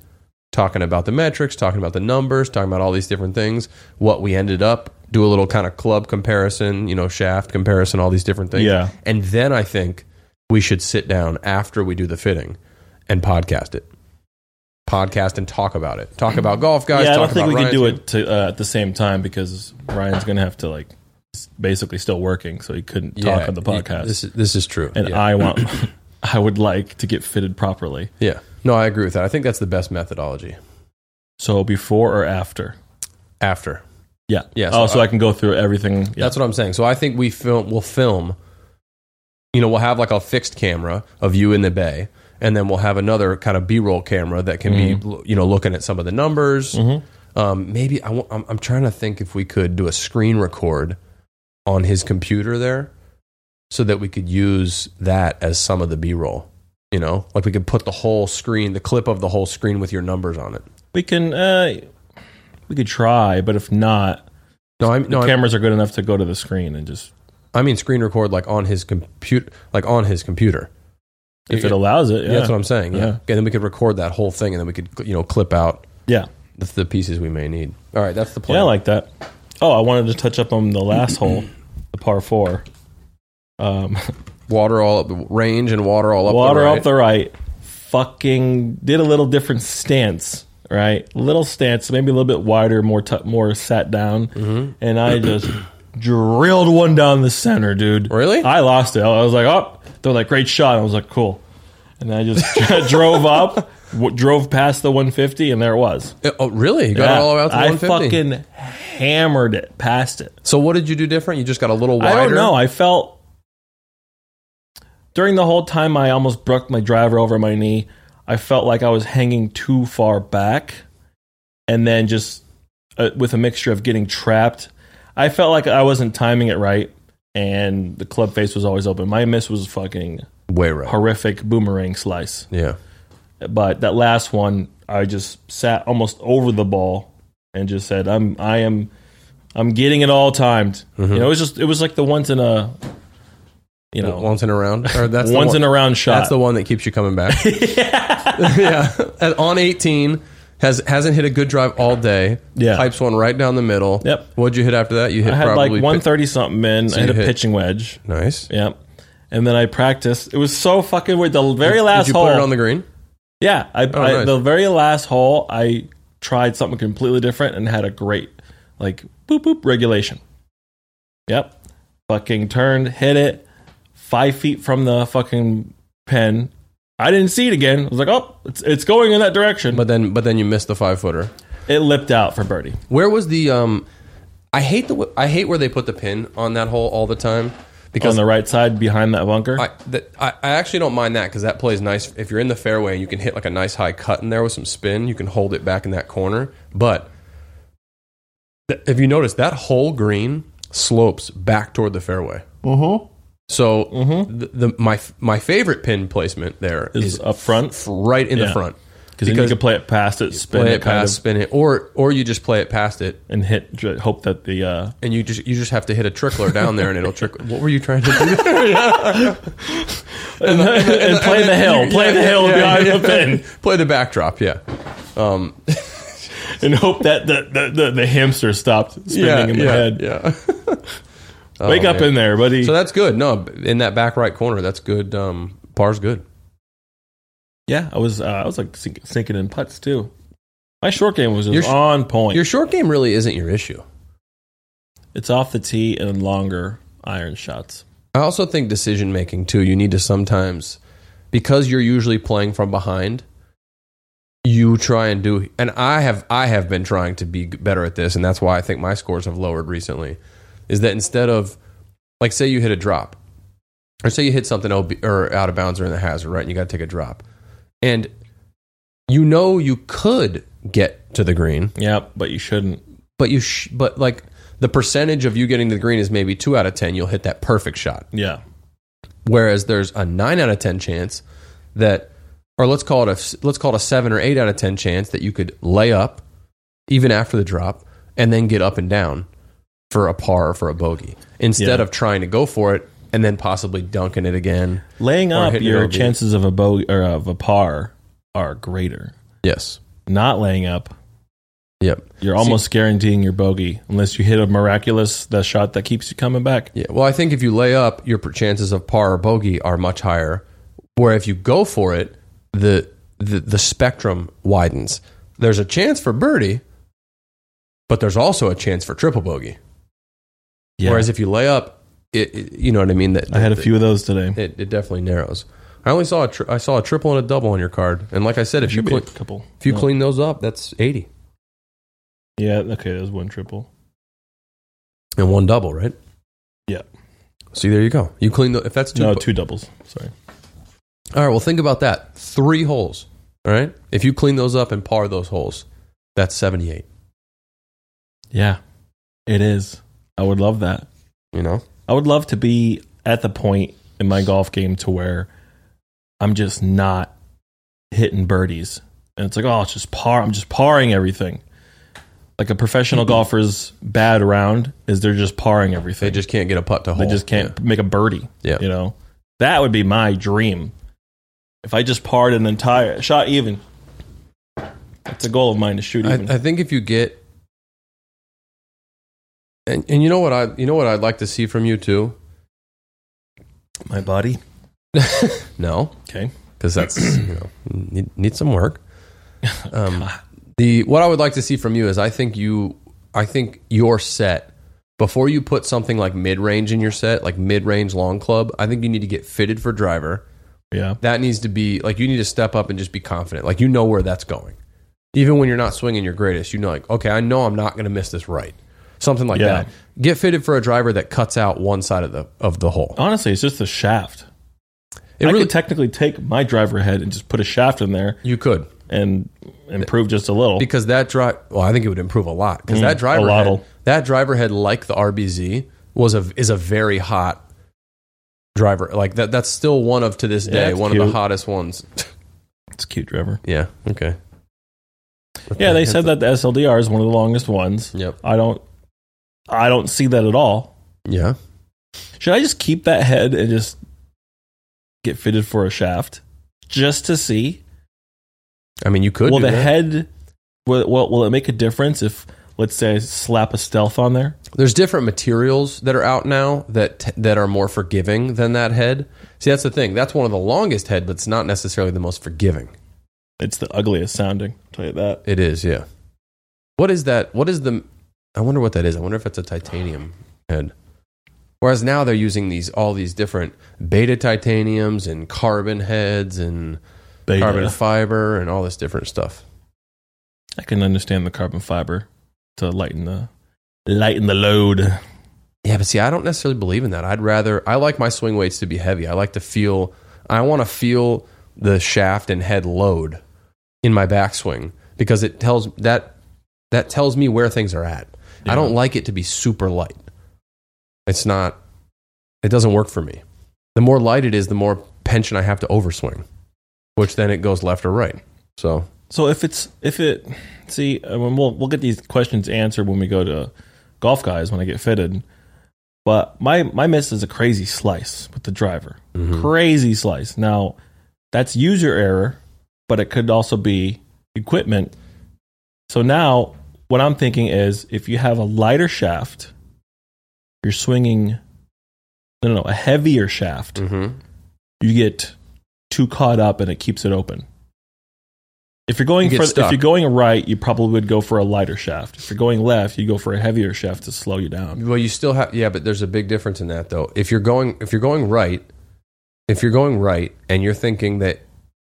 Speaker 2: talking about the metrics, talking about the numbers, talking about all these different things, what we ended up, do a little kind of club comparison, you know, shaft comparison, all these different things.
Speaker 1: Yeah.
Speaker 2: And then I think we should sit down after we do the fitting and podcast it. Podcast and talk about it. Talk about golf guys.
Speaker 1: yeah, I
Speaker 2: talk
Speaker 1: don't think
Speaker 2: about
Speaker 1: we
Speaker 2: Ryan's
Speaker 1: can do
Speaker 2: game.
Speaker 1: it to, uh, at the same time because Ryan's going to have to like s- basically still working, so he couldn't talk
Speaker 2: Yeah,
Speaker 1: on the
Speaker 2: y-
Speaker 1: podcast.
Speaker 2: This is, this is true.
Speaker 1: and
Speaker 2: yeah.
Speaker 1: I want, I would like to get fitted properly.
Speaker 2: yeah. No, I agree with that. I think that's the best methodology.
Speaker 1: So before or after?
Speaker 2: After.
Speaker 1: Yeah,
Speaker 2: Yeah,
Speaker 1: oh,
Speaker 2: so
Speaker 1: so
Speaker 2: I-
Speaker 1: I, can go through everything. Yeah.
Speaker 2: That's what I'm saying. So I think we film. We'll film. You know, we'll have like a fixed camera of you in the bay, and then we'll have another kind of B-roll camera that can
Speaker 1: Mm-hmm.
Speaker 2: be, you know, looking at some of the numbers. Um, maybe I w- I'm, I'm trying to think if we could do a screen record on his computer there, so that we could use that as some of the B-roll. You know, like we could put the whole screen, the clip of the whole screen with your numbers on it.
Speaker 1: we can. Uh, we could try, but if not,
Speaker 2: No, I'm no,
Speaker 1: the
Speaker 2: I'm-
Speaker 1: cameras are good enough to go to the screen and just
Speaker 2: I mean screen record like on his computer, like on his computer.
Speaker 1: if it allows it. Yeah,
Speaker 2: Yeah, that's what I'm saying. Yeah.
Speaker 1: Yeah.
Speaker 2: And then we could record that whole thing and then we could, you know, clip out
Speaker 1: yeah,
Speaker 2: the, the pieces we may need. All right. That's the plan.
Speaker 1: yeah, I like that. Oh, I wanted to touch up on the last hole, the par four. Um,
Speaker 2: water all up, range and water all up.
Speaker 1: water
Speaker 2: the
Speaker 1: up the right fucking did a little different stance right little stance maybe a little bit wider more tu more sat down
Speaker 2: Mm-hmm.
Speaker 1: and i just drilled one down the center dude
Speaker 2: Really?
Speaker 1: i lost it i was like oh they're like great shot i was like cool and i just drove up w- drove past the 150 and there it was
Speaker 2: the. Oh, really? You got it all the way out to
Speaker 1: Yeah, i
Speaker 2: 150.
Speaker 1: fucking hammered it past it
Speaker 2: so what did you do different? You just got a little wider.
Speaker 1: I don't know. I felt during the whole time I almost broke my driver over my knee. I felt like I was hanging too far back, and then just uh, with a mixture of getting trapped, I felt like I wasn't timing it right, and the club face was always open. My miss was fucking
Speaker 2: Way right.
Speaker 1: horrific boomerang slice,
Speaker 2: yeah.
Speaker 1: but that last one I just sat almost over the ball and just said, "I'm I am." I'm getting it all timed.
Speaker 2: Mm-hmm.
Speaker 1: You know, it was just it was like the once in a you know
Speaker 2: Once in a round. Or that's the
Speaker 1: once
Speaker 2: one,
Speaker 1: in a round shot.
Speaker 2: That's the one that keeps you coming back. yeah. At- on 18, has, hasn't hit a good drive all day.
Speaker 1: Yeah.
Speaker 2: Pipes one right down the middle.
Speaker 1: Yep.
Speaker 2: What'd you hit after that? You hit
Speaker 1: I had
Speaker 2: probably
Speaker 1: like
Speaker 2: pi-
Speaker 1: one thirty something in. I
Speaker 2: you
Speaker 1: had a
Speaker 2: hit-
Speaker 1: pitching wedge.
Speaker 2: Nice.
Speaker 1: Yep. And then I practiced. It was so fucking weird. The very last
Speaker 2: Did you
Speaker 1: hole.
Speaker 2: put it on the green?
Speaker 1: yeah, I, I
Speaker 2: Oh, nice.
Speaker 1: the very last hole I tried something completely different and had a great like boop boop regulation. Yep. Fucking turned, hit it five feet from the fucking pen. I didn't see it again. I was like, oh, it's, it's going in that direction.
Speaker 2: But then, but then you missed the five footer.
Speaker 1: It lipped out for birdie.
Speaker 2: Where was the? Um, I hate the. I hate where they put the pin on that hole all the time
Speaker 1: On
Speaker 2: because
Speaker 1: the right side behind that bunker.
Speaker 2: I, that, I I actually don't mind that because that plays nice. If you're in the fairway and you can hit like a nice high cut in there with some spin, you can hold it back in that corner. But th- if you notice, that whole green slopes back toward the fairway.
Speaker 1: mm-hmm.
Speaker 2: So the, the my my favorite pin placement there
Speaker 1: Is
Speaker 2: is,
Speaker 1: up front.
Speaker 2: f- right in the
Speaker 1: Yeah.
Speaker 2: front.
Speaker 1: Because then you
Speaker 2: Because-
Speaker 1: can play it past it, spin
Speaker 2: Play
Speaker 1: it,
Speaker 2: it
Speaker 1: kind
Speaker 2: past,
Speaker 1: of,
Speaker 2: spin it, or or you just play it past it
Speaker 1: and hit. dr- Hope that the uh,
Speaker 2: and you just you just have to hit a trickler down there and it'll trickle. What were you trying to do?
Speaker 1: and, play the hill, play the hill behind the pin,
Speaker 2: Play the backdrop, yeah, Um,
Speaker 1: and hope that the the, the, the hamster stopped spinning in the
Speaker 2: yeah,
Speaker 1: head.
Speaker 2: yeah.
Speaker 1: Wake
Speaker 2: Oh,
Speaker 1: up
Speaker 2: man.
Speaker 1: in there, buddy.
Speaker 2: So that's good. No, in that back right corner, that's good. Um, par's good.
Speaker 1: yeah, I was uh, I was like sink, sinking in putts too. My short game was just
Speaker 2: Your sh-
Speaker 1: on point.
Speaker 2: Your short game really isn't your issue.
Speaker 1: it's off the tee and longer iron shots.
Speaker 2: I also think decision making too. You need to sometimes because you're usually playing from behind. You try and do, and I have I have been trying to be better at this, and that's why I think my scores have lowered recently. Is that instead of like say you hit a drop, or say you hit something OB, or out of bounds or in the hazard, right? And you got to take a drop, and you know you could get to the green,
Speaker 1: Yeah, but you shouldn't.
Speaker 2: but you sh- but like the percentage of you getting to the green is maybe 2 out of 10 you'll hit that perfect shot.
Speaker 1: Yeah.
Speaker 2: Whereas there's a 9 out of 10 chance that or let's call it a let's call it a 7 or 8 out of 10 chance that you could lay up even after the drop and then get up and down for a par or for a bogey instead
Speaker 1: Yeah.
Speaker 2: of trying to go for it and then possibly dunking it again.
Speaker 1: Laying
Speaker 2: Or
Speaker 1: up,
Speaker 2: hitting it
Speaker 1: your
Speaker 2: over.
Speaker 1: chances of a bogey or of a par are greater.
Speaker 2: Yes.
Speaker 1: Not laying up,
Speaker 2: Yep.
Speaker 1: you're almost guaranteeing your bogey unless you hit a miraculous that shot that keeps you coming back.
Speaker 2: Yeah. Well, I think if you lay up, your per- chances of par or bogey are much higher. Where if you go for it, the the, the spectrum widens. There's a chance for birdie, but there's also a chance for triple bogey.
Speaker 1: Yeah.
Speaker 2: Whereas if you lay up, it, it- you know what I mean. That
Speaker 1: I had a few of those today.
Speaker 2: It, it definitely narrows. I only saw a tri- I saw a triple and a double on your card, and like I said, if you
Speaker 1: Should be a
Speaker 2: clean,
Speaker 1: couple.
Speaker 2: if you
Speaker 1: No.
Speaker 2: clean those up, that's eighty
Speaker 1: Yeah, okay, that was one triple.
Speaker 2: and one double, right?
Speaker 1: Yeah.
Speaker 2: See, there you go. You clean the if that's two
Speaker 1: no,
Speaker 2: po-
Speaker 1: two doubles. Sorry.
Speaker 2: All right, well, think about that. Three holes. All right. If you clean those up and par those holes, that's 78.
Speaker 1: Yeah. It is. I would love that.
Speaker 2: You know?
Speaker 1: I would love to be at the point in my golf game to where I'm just not hitting birdies. And it's like, oh, it's just par. I'm just parring everything. Like a professional golfer's bad round is they're just parring everything.
Speaker 2: They just can't get a putt to hole.
Speaker 1: They just can't make a birdie.
Speaker 2: Yeah.
Speaker 1: You know, that would be my dream. If I just parred an entire shot even, that's a goal of mine to shoot
Speaker 2: I,
Speaker 1: even.
Speaker 2: I think if you get and, and you know what I you know what I'd like to see from you too?
Speaker 1: my body.
Speaker 2: No,
Speaker 1: Okay.
Speaker 2: because that's you know need, need some work. Um, the what I would like to see from you is I think you I think your set before you put something like mid range in your set like mid range long club I think you need to get fitted for driver
Speaker 1: Yeah.
Speaker 2: that needs to be like you need to step up and just be confident like you know where that's going even when you're not swinging your greatest you know like okay I know I'm not going to miss this right something like
Speaker 1: Yeah.
Speaker 2: that get fitted for a driver that cuts out one side of the of the hole
Speaker 1: Honestly, it's just the shaft. Oh,
Speaker 2: it
Speaker 1: I
Speaker 2: really
Speaker 1: could technically take my driver head and just put a shaft in there
Speaker 2: you could
Speaker 1: and improve just a little.
Speaker 2: because that drive. Well, I think it would improve a lot because that driver
Speaker 1: Mm, a lot'll.
Speaker 2: head, that driver head like the RBZ was a is a very hot driver. Like that that's still one of to this
Speaker 1: Yeah,
Speaker 2: day
Speaker 1: it's
Speaker 2: one of
Speaker 1: cute.
Speaker 2: the hottest ones.
Speaker 1: It's cute, driver.
Speaker 2: yeah. Okay.
Speaker 1: Yeah, they said that the SLDR is one of the longest ones.
Speaker 2: Yep.
Speaker 1: I don't, I don't see that at all.
Speaker 2: Yeah.
Speaker 1: Should I just keep that head and just get fitted for a shaft just to see?
Speaker 2: I mean, you could.
Speaker 1: will
Speaker 2: do
Speaker 1: the
Speaker 2: that.
Speaker 1: head, will, will, will it make a difference if, let's say, I slap a stealth on there?
Speaker 2: There's different materials that are out now that that are more forgiving than that head. See, that's the thing. That's one of the longest head, but it's not necessarily the most forgiving.
Speaker 1: It's the ugliest sounding. I'll tell you that.
Speaker 2: It is, yeah. What is that? What is the? I wonder what that is. I wonder if it's a titanium head. Whereas now they're using these all these different beta titaniums and carbon heads and
Speaker 1: Beta.
Speaker 2: carbon fiber and all this different stuff.
Speaker 1: I can understand the carbon fiber to lighten the lighten the load.
Speaker 2: Yeah, but see, I don't necessarily believe in that. I'd rather I like my swing weights to be heavy. I like to feel I want to feel the shaft and head load in my backswing because it tells that that tells me where things are at. I don't like it to be super light. It's not it doesn't work for me. The more light it is, the more pension I have to overswing, which then it goes left or right. So,
Speaker 1: So if it's if it see, I mean, we'll we'll get these questions answered when we go to golf guys when I get fitted. But my my miss is a crazy slice with the driver, crazy slice. Now that's user error, but it could also be equipment. So now what I'm thinking is if you have a lighter shaft, you're swinging. No, no, no, a heavier shaft.
Speaker 2: mhm.
Speaker 1: you get too caught up and it keeps it open. If you're going
Speaker 2: You get
Speaker 1: for if
Speaker 2: stuck.
Speaker 1: you're going right, you probably would go for a lighter shaft. If you're going left, you go for a heavier shaft to slow you down.
Speaker 2: Well, you still have yeah, but there's a big difference in that though. If you're going if you're going right, if you're going right and you're thinking that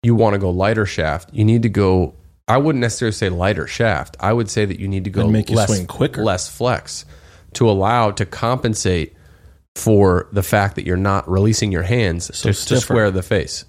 Speaker 2: you want to go lighter shaft, you need to go I wouldn't necessarily say lighter shaft. I would say that you need to go
Speaker 1: And make your
Speaker 2: less,
Speaker 1: swing quicker.
Speaker 2: less flex to allow to compensate for the fact that you're not releasing your hands to, to
Speaker 1: stiffer.
Speaker 2: square the face.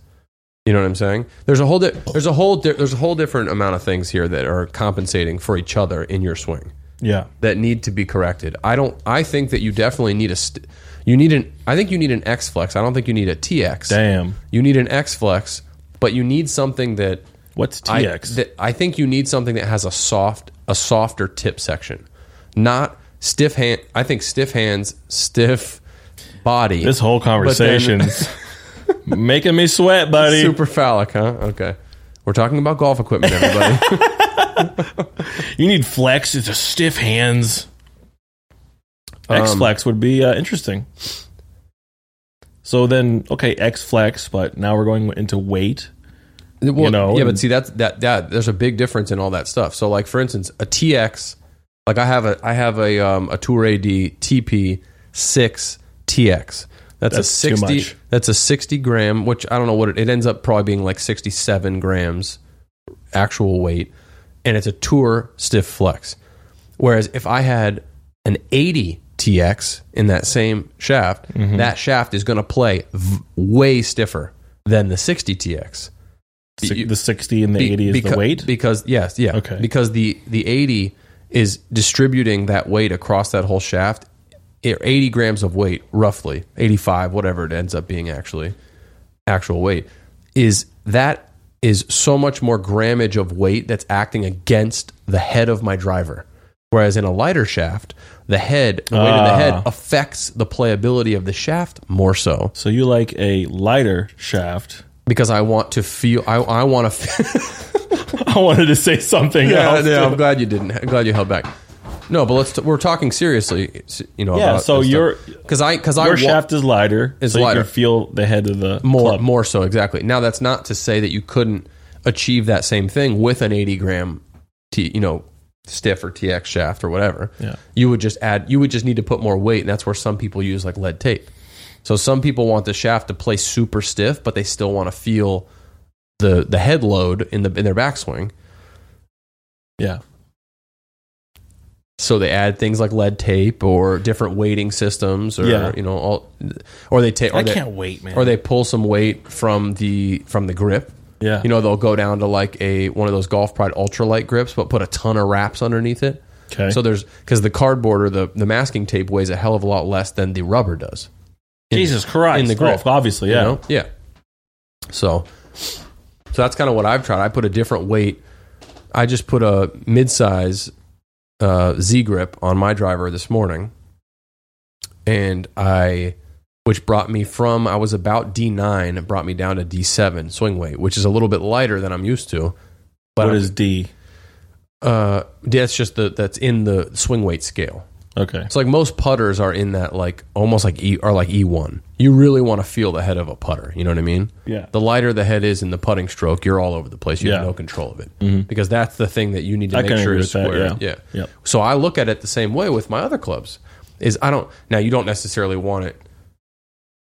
Speaker 2: You know what I'm saying? There's a whole di- there's a whole di- there's a whole different amount of things here that are compensating for each other in your swing
Speaker 1: Yeah.
Speaker 2: that need to be corrected. I don't. I think that you definitely need a. St- you need an. I think you need an X flex. I don't think you need a TX.
Speaker 1: Damn.
Speaker 2: You need an X flex, but you need something that
Speaker 1: What's
Speaker 2: I-
Speaker 1: TX?
Speaker 2: that- I think you need something that has a soft, a softer tip section, not stiff hand. I think stiff hands, stiff body.
Speaker 1: this whole conversation's making me sweat, buddy.
Speaker 2: super phallic, huh? Okay, we're talking about golf equipment, everybody.
Speaker 1: You need flex. It's a stiff hands.
Speaker 2: Um,
Speaker 1: X flex would be uh, interesting. So then, okay, X flex, but now we're going into weight.
Speaker 2: Well,
Speaker 1: You know,
Speaker 2: yeah, but
Speaker 1: and-
Speaker 2: see that's that that there's a big difference in all that stuff. So like for instance, a TX, like I have a I have a um a Tour AD TP six TX. That's, a
Speaker 1: That's too
Speaker 2: sixty.
Speaker 1: much.
Speaker 2: That's a sixty gram, which I don't know what it, it ends up probably being like sixty seven grams actual weight, and it's a Tour stiff flex. Whereas if I had an eighty TX in that same shaft,
Speaker 1: Mm-hmm.
Speaker 2: that shaft is going to play v- way stiffer than the sixty TX
Speaker 1: Si-
Speaker 2: You-
Speaker 1: the 60 and the
Speaker 2: be-
Speaker 1: 80 is
Speaker 2: becau-
Speaker 1: the weight.
Speaker 2: because yes yeah
Speaker 1: Okay.
Speaker 2: because the the 80 is distributing that weight across that whole shaft It- 80 grams of weight roughly 85 whatever it ends up being actually actual weight is that is so much more grammage of weight that's acting against the head of my driver whereas in a lighter shaft the head the weight of the
Speaker 1: Ah.
Speaker 2: head affects the playability of the shaft more so
Speaker 1: so you like a lighter shaft.
Speaker 2: because i want to feel i, I want to feel
Speaker 1: I wanted to say something
Speaker 2: Yeah,
Speaker 1: else.
Speaker 2: yeah, I'm glad you didn't. I'm glad you held back. No, but let's. T- we're talking seriously. You know.
Speaker 1: Yeah,
Speaker 2: About
Speaker 1: so your-
Speaker 2: because I because I
Speaker 1: Your
Speaker 2: want
Speaker 1: shaft is lighter,
Speaker 2: Is
Speaker 1: so
Speaker 2: lighter.
Speaker 1: you can feel the head of the
Speaker 2: more
Speaker 1: club.
Speaker 2: more so exactly. Now that's not to say that you couldn't achieve that same thing with an 80 gram, t you know, stiff or TX shaft or whatever.
Speaker 1: Yeah.
Speaker 2: You would just add. You would just need to put more weight, and that's where some people use like lead tape. So some people want the shaft to play super stiff, but they still want to feel the the head load in the in their backswing.
Speaker 1: Yeah,
Speaker 2: so they add things like lead tape or different weighting systems or
Speaker 1: Yeah.
Speaker 2: you know all or they take or
Speaker 1: I
Speaker 2: they,
Speaker 1: can't wait, man.
Speaker 2: or they pull some weight from the from the grip
Speaker 1: yeah,
Speaker 2: you know they'll go down to like a one of those golf pride ultralight grips but put a ton of wraps underneath it
Speaker 1: okay.
Speaker 2: so there's because the cardboard or the, the masking tape weighs a hell of a lot less than the rubber does
Speaker 1: Jesus Christ,
Speaker 2: in the
Speaker 1: golf,
Speaker 2: grip,
Speaker 1: obviously,
Speaker 2: you
Speaker 1: yeah,
Speaker 2: know? yeah. So, so that's kind of what I've tried. I put a different weight. I just put a mid-size uh, Z grip on my driver this morning, and I, which brought me from I was about D nine, it brought me down to D seven swing weight, which is a little bit lighter than I'm used to. But
Speaker 1: What
Speaker 2: I'm-
Speaker 1: is D?
Speaker 2: uh, that's just the that's in the swing weight scale.
Speaker 1: Okay,
Speaker 2: It's like most putters are in that like almost like E are like E one. You really want to feel the head of a putter. You know what I mean?
Speaker 1: yeah,
Speaker 2: the lighter the head is in the putting stroke, you're all over the place. You have
Speaker 1: Yeah. Mm-hmm.
Speaker 2: no control of it because that's the thing that you need to
Speaker 1: I
Speaker 2: make
Speaker 1: can
Speaker 2: sure
Speaker 1: agree
Speaker 2: is
Speaker 1: with that,
Speaker 2: square.
Speaker 1: yeah.
Speaker 2: yeah.
Speaker 1: Yep.
Speaker 2: So I look at it the same way with my other clubs. Is I don't now you don't necessarily want it.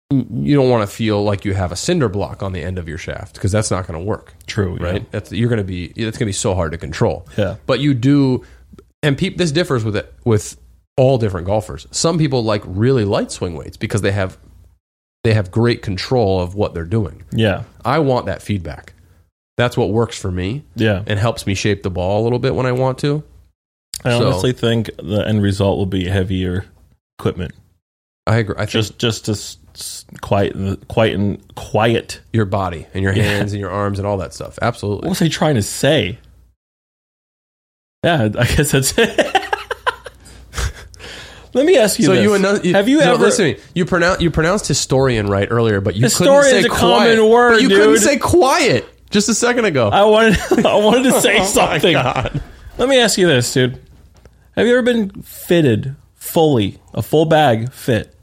Speaker 2: You don't want to feel like you have a cinder block on the end of your shaft because that's not going to work,
Speaker 1: true, yeah.
Speaker 2: right? That's you're going to be that's going to be so hard to control.
Speaker 1: Yeah.
Speaker 2: But you do, and peop, this differs with it, with all different golfers. Some people like really light swing weights because they have they have great control of what they're doing.
Speaker 1: yeah,
Speaker 2: I want that feedback. That's what works for me
Speaker 1: yeah.
Speaker 2: and helps me shape the ball a little bit when I want to.
Speaker 1: I
Speaker 2: So-
Speaker 1: honestly think the end result will be heavier equipment,
Speaker 2: I agree. I think
Speaker 1: just just to s- s- quiet the quieten quiet.
Speaker 2: your body and your
Speaker 1: Yeah.
Speaker 2: hands and your arms and all that stuff.
Speaker 1: What
Speaker 2: Absolutely.
Speaker 1: was I trying to say? Yeah, I guess that's it. Let me ask you.
Speaker 2: So
Speaker 1: this.
Speaker 2: you, annou- you
Speaker 1: have you
Speaker 2: no,
Speaker 1: ever
Speaker 2: listen to me? You pronounce you pronounced historian right earlier, but you couldn't
Speaker 1: Historian's
Speaker 2: say
Speaker 1: a
Speaker 2: quiet.
Speaker 1: common word,
Speaker 2: but you couldn't
Speaker 1: dude.
Speaker 2: say quiet just a second ago.
Speaker 1: I wanted I wanted to say something.
Speaker 2: Oh God.
Speaker 1: Let me ask you this, dude. Have you ever been fitted fully, a full bag fit?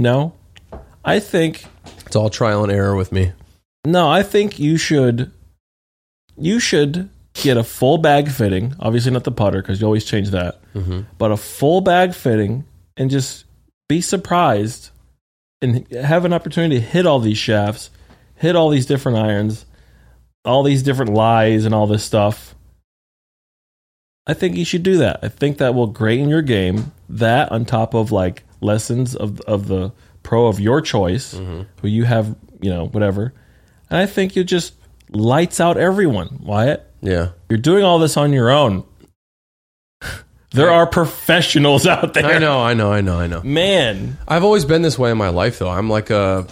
Speaker 1: No. I think
Speaker 2: It's all trial and error with me.
Speaker 1: no, I think you should you should get a full bag fitting, obviously not the putter cuz you always change that. But a full bag fitting and just be surprised and have an opportunity to hit all these shafts, hit all these different irons, all these different lies and all this stuff. I think you should do that. I think that will greaten your game. That on top of like lessons of of the pro of your choice, who you have, you know, whatever. And I think it just lights out everyone, Wyatt.
Speaker 2: Yeah.
Speaker 1: You're doing all this on your own. there are professionals out there.
Speaker 2: I know, I know, I know, I know.
Speaker 1: Man.
Speaker 2: I've always been this way in my life, though. I'm like a,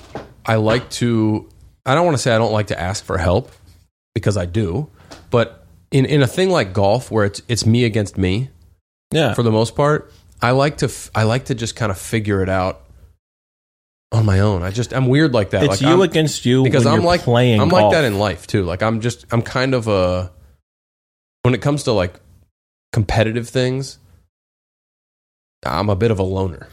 Speaker 2: I like to, I don't want to say I don't like to ask for help because I do, but in, in a thing like golf where it's, it's me against me
Speaker 1: Yeah.
Speaker 2: for the most part, I like to, f- I like to just kind of figure it out on my own. I just, I'm weird like that.
Speaker 1: it's
Speaker 2: like
Speaker 1: you
Speaker 2: I'm,
Speaker 1: against you
Speaker 2: because
Speaker 1: when
Speaker 2: I'm
Speaker 1: you're
Speaker 2: like
Speaker 1: playing
Speaker 2: I'm
Speaker 1: golf.
Speaker 2: like that in life too. Like I'm just I'm kind of a when it comes to like competitive things, I'm a bit of a loner.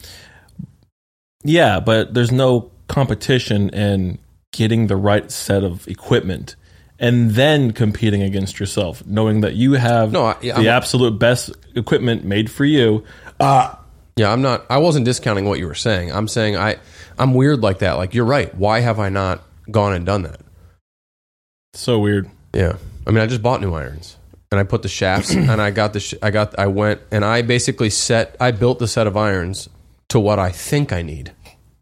Speaker 1: Yeah, but there's no competition in getting the right set of equipment and then competing against yourself, knowing that you have
Speaker 2: No, I, yeah, I'm,
Speaker 1: the absolute best equipment made for you. Uh,
Speaker 2: yeah, I'm not. I wasn't discounting what you were saying. I'm saying I I'm weird like that. Like you're right. Why have I not gone and done that?
Speaker 1: so weird.
Speaker 2: Yeah. I mean, I just bought new irons and I put the shafts and I got the sh- I got I went and I basically set I built the set of irons to what I think I need.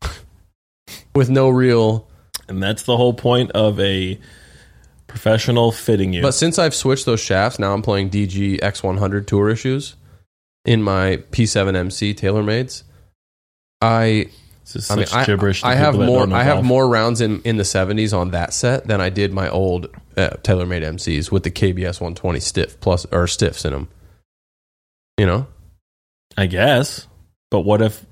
Speaker 2: With no real
Speaker 1: And that's the whole point of a professional fitting you.
Speaker 2: But since I've switched those shafts, now I'm playing DG X100 Tour issues in my P7MC TaylorMades. I
Speaker 1: this is
Speaker 2: I
Speaker 1: such
Speaker 2: mean I,
Speaker 1: gibberish. to
Speaker 2: I have
Speaker 1: people that don't
Speaker 2: more
Speaker 1: know
Speaker 2: I have
Speaker 1: golf.
Speaker 2: more rounds in in the 70s on that set than I did my old uh, TaylorMade MCs with the KBS 120 stiff plus or stiffs in them. You know?
Speaker 1: I guess. But what if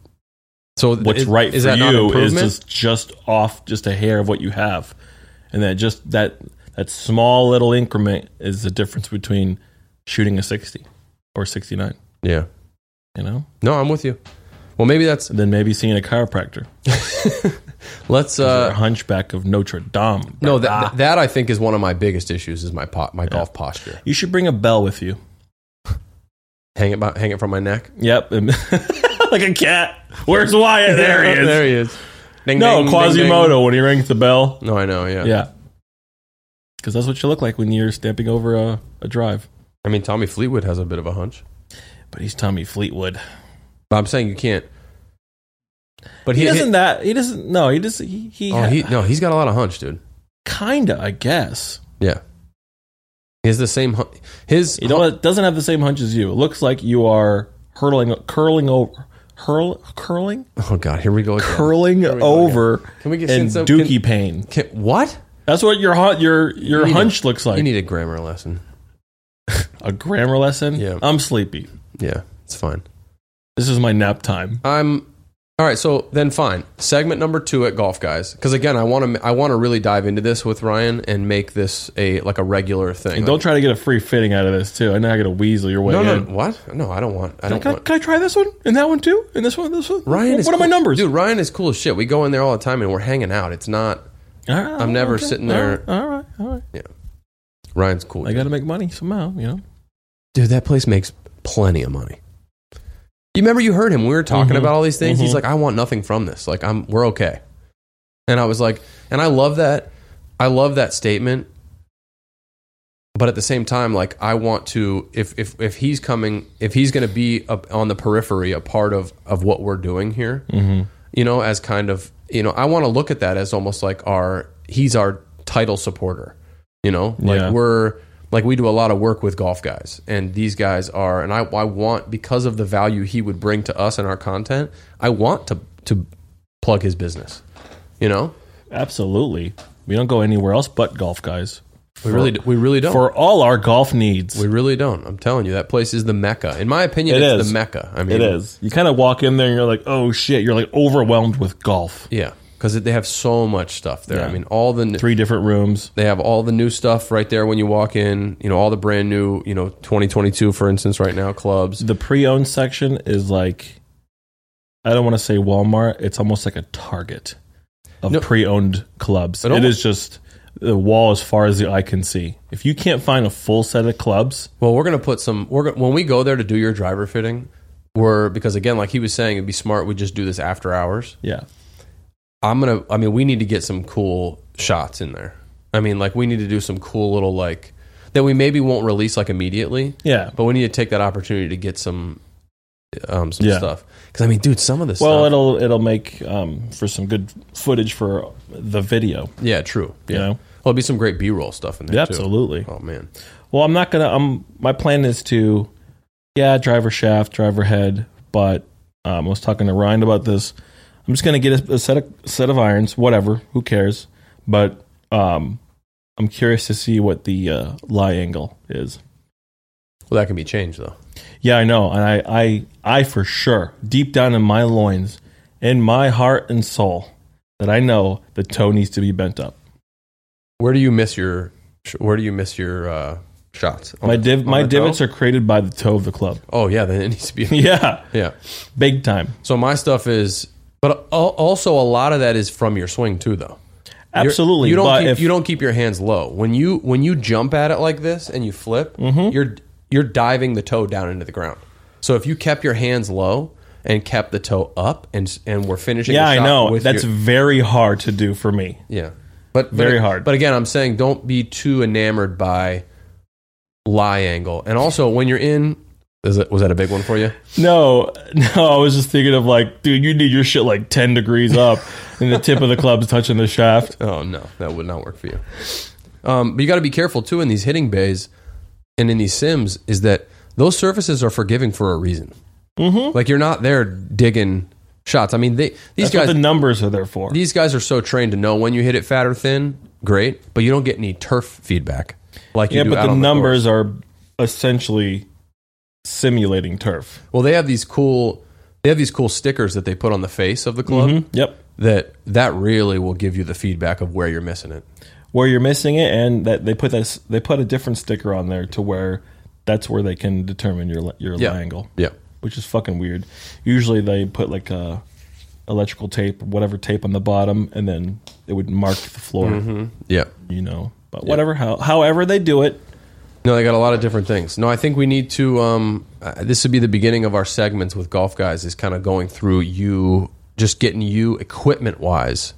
Speaker 2: So
Speaker 1: what's
Speaker 2: is-
Speaker 1: right
Speaker 2: is
Speaker 1: for
Speaker 2: that not
Speaker 1: you is
Speaker 2: improvement?
Speaker 1: just just off just a hair of what you have, and that just that that small little increment is the difference between shooting a sixty or sixty nine.
Speaker 2: Yeah.
Speaker 1: You know,
Speaker 2: No, I'm with you. Well, maybe that's
Speaker 1: and then maybe seeing a chiropractor,
Speaker 2: let's
Speaker 1: uh,
Speaker 2: uh
Speaker 1: a hunchback of Notre Dame.
Speaker 2: no that
Speaker 1: Ah.
Speaker 2: that I think is one of my biggest issues is my pot my golf posture.
Speaker 1: you should bring a bell with you.
Speaker 2: Hang it by, hang it from my neck.
Speaker 1: Yep, and- like a cat. Where's Wyatt? There he is.
Speaker 2: there he is. Ding,
Speaker 1: no,
Speaker 2: ding, ding,
Speaker 1: Quasimodo when he rings the bell.
Speaker 2: ding. No, I know. Yeah.
Speaker 1: Yeah, because that's what you look like when you're stamping over a, a drive.
Speaker 2: I mean, Tommy Fleetwood has a bit of a hunch,
Speaker 1: But he's Tommy Fleetwood.
Speaker 2: but I'm saying you can't. But
Speaker 1: he,
Speaker 2: he,
Speaker 1: doesn't that he doesn't no he just he, he,
Speaker 2: oh, he no, he's got a lot of hunch, dude.
Speaker 1: kinda i guess
Speaker 2: Yeah. He has the same. hun- His
Speaker 1: you know it doesn't have the same hunch as you it looks like you are hurtling curling over hurl curling
Speaker 2: oh god, here we go. Again.
Speaker 1: curling
Speaker 2: we go again.
Speaker 1: over
Speaker 2: Can we get
Speaker 1: in
Speaker 2: send some-
Speaker 1: dookie pain
Speaker 2: Can- what?
Speaker 1: that's what your hun- your your
Speaker 2: need
Speaker 1: hunch looks like
Speaker 2: you need a grammar lesson.
Speaker 1: a grammar lesson
Speaker 2: Yeah.
Speaker 1: i'm sleepy
Speaker 2: Yeah, it's fine.
Speaker 1: this is my nap time
Speaker 2: I'm all right. So then, fine. Segment number two at Golf Guys, because again, I want to I want to really dive into this with Ryan and make this a like a regular thing.
Speaker 1: and don't try to get a free fitting out of this too i know i gotta weasel your way
Speaker 2: no, no,
Speaker 1: in
Speaker 2: what? No, I don't want. I don't
Speaker 1: can, I,
Speaker 2: want.
Speaker 1: can I try this one and that one too and this one this one
Speaker 2: Ryan
Speaker 1: what,
Speaker 2: is
Speaker 1: what are my
Speaker 2: cool-
Speaker 1: numbers
Speaker 2: Dude, Ryan is cool as shit. We go in there all the time and we're hanging out. It's not
Speaker 1: All right,
Speaker 2: I'm never sitting there-
Speaker 1: Ah, all right all right
Speaker 2: Ryan's cool.
Speaker 1: I got to make money somehow, you know.
Speaker 2: dude, that place makes plenty of money. You remember you heard him. We were talking
Speaker 1: Mhm.
Speaker 2: about all these things. He's
Speaker 1: Mhm.
Speaker 2: like, I want nothing from this. Like I'm we're okay. And I was like, and I love that. I love that statement. But at the same time, like I want to if if if he's coming, if he's gonna be up on the periphery, a part of of what we're doing here,
Speaker 1: Mm-hmm.
Speaker 2: you know, as kind of, you know, I want to look at that as almost like our, he's our title supporter, you know, like
Speaker 1: Yeah.
Speaker 2: we're, like we do a lot of work with golf guys and these guys are, and I, I want, because of the value he would bring to us and our content, I want to, to plug his business, you know,
Speaker 1: Absolutely. We don't go anywhere else but golf, guys.
Speaker 2: we really, we really don't.
Speaker 1: For all our golf needs.
Speaker 2: we really don't. I'm telling you, that place is the mecca. In my opinion,
Speaker 1: It
Speaker 2: it's
Speaker 1: is.
Speaker 2: the mecca. I mean,
Speaker 1: it is. You kind of walk in there and you're like, "Oh shit!" You're like overwhelmed with golf.
Speaker 2: Yeah, because they have so much stuff there. I
Speaker 1: Yeah.
Speaker 2: mean, all the
Speaker 1: Three different rooms.
Speaker 2: They have all the new stuff right there when you walk in. You know, all the brand new, you know, 2022, for instance, right now, clubs.
Speaker 1: The pre-owned section is like, I don't want to say Walmart. It's almost like a Target of
Speaker 2: No.
Speaker 1: pre-owned clubs.
Speaker 2: It
Speaker 1: it
Speaker 2: almo-
Speaker 1: is just the wall as far as the eye can see. If you can't find a full set of clubs,
Speaker 2: Well, we're going to put some, we're gonna, when we go there to do your driver fitting, we're, because again, like he was saying, it'd be smart we just do this after hours.
Speaker 1: yeah,
Speaker 2: I'm going to, I mean, we need to get some cool shots in there. I mean, like we need to do some cool little, like, that we maybe won't release like immediately,
Speaker 1: yeah.
Speaker 2: but we need to take that opportunity to get some, um, some
Speaker 1: Yeah.
Speaker 2: stuff. Because I mean, dude, some of this
Speaker 1: Well,
Speaker 2: stuff.
Speaker 1: it'll it'll make um, for some good footage for the video.
Speaker 2: Yeah, true.
Speaker 1: You
Speaker 2: Yeah.
Speaker 1: know,
Speaker 2: there'll be some great B roll stuff in there
Speaker 1: Yeah,
Speaker 2: too.
Speaker 1: absolutely.
Speaker 2: Oh man,
Speaker 1: Well, I'm not gonna. I'm. My plan is to, yeah, driver shaft, driver head. But um, I was talking to Ryan about this. I'm just gonna get a, a set of set of irons, whatever. Who cares? But um, I'm curious to see what the uh, lie angle is.
Speaker 2: well that can be changed though.
Speaker 1: Yeah, I know, and I, I, I for sure, deep down in my loins, in my heart and soul, that I know the toe needs to be bent up.
Speaker 2: Where do you miss your Where do you miss your uh, shots? On
Speaker 1: My
Speaker 2: the-
Speaker 1: div,
Speaker 2: on
Speaker 1: my
Speaker 2: the
Speaker 1: divots
Speaker 2: toe?
Speaker 1: are created by the toe of the club.
Speaker 2: Oh yeah, then it needs to be.
Speaker 1: yeah,
Speaker 2: yeah.
Speaker 1: big time.
Speaker 2: So my stuff is, but al- also a lot of that is from your swing too, though. You're-
Speaker 1: Absolutely.
Speaker 2: you don't
Speaker 1: but
Speaker 2: keep,
Speaker 1: if,
Speaker 2: you don't keep your hands low when you when you jump at it like this and you flip.
Speaker 1: Mm-hmm.
Speaker 2: You're you're diving the toe down into the ground. So if you kept your hands low and kept the toe up and s- and we're finishing.
Speaker 1: yeah,
Speaker 2: the
Speaker 1: I
Speaker 2: shot
Speaker 1: know
Speaker 2: with
Speaker 1: that's
Speaker 2: your-
Speaker 1: very hard to do for me.
Speaker 2: yeah, but but
Speaker 1: very
Speaker 2: it-
Speaker 1: hard.
Speaker 2: But again, I'm saying don't be too enamored by lie angle. And also when you're in, is it, was that a big one for you?
Speaker 1: No, no, I was just thinking of like, dude, you need your shit like ten degrees up, and the tip of the club's touching the shaft.
Speaker 2: Oh no, that would not work for you. Um, but you got to be careful too in these hitting bays and in these sims is that those surfaces are forgiving for a reason. Mm-hmm. Like you're not there digging shots. I mean, they these
Speaker 1: That's what
Speaker 2: guys
Speaker 1: the numbers are there for.
Speaker 2: these guys are so trained to know when you hit it fat or thin. Great, but you don't get any turf feedback like you
Speaker 1: yeah,
Speaker 2: do
Speaker 1: but
Speaker 2: out
Speaker 1: the
Speaker 2: on
Speaker 1: numbers
Speaker 2: course.
Speaker 1: are essentially simulating turf.
Speaker 2: well, they have these cool they have these cool stickers that they put on the face of the club
Speaker 1: Yep.
Speaker 2: that that really will give you the feedback of where you're missing it.
Speaker 1: where you're missing it, and that they put this they put a different sticker on there to where that's where they can determine your your
Speaker 2: Yeah.
Speaker 1: lie angle,
Speaker 2: Yeah.
Speaker 1: which is fucking weird. Usually they put like a electrical tape, whatever tape on the bottom, and then it would mark the floor,
Speaker 2: Mm-hmm. Yeah.
Speaker 1: you know. But whatever, how however they do it,
Speaker 2: No, they got a lot of different things. No, I think we need to. Um, uh, this would be the beginning of our segments with golf guys. Is kind of going through you, just getting you equipment wise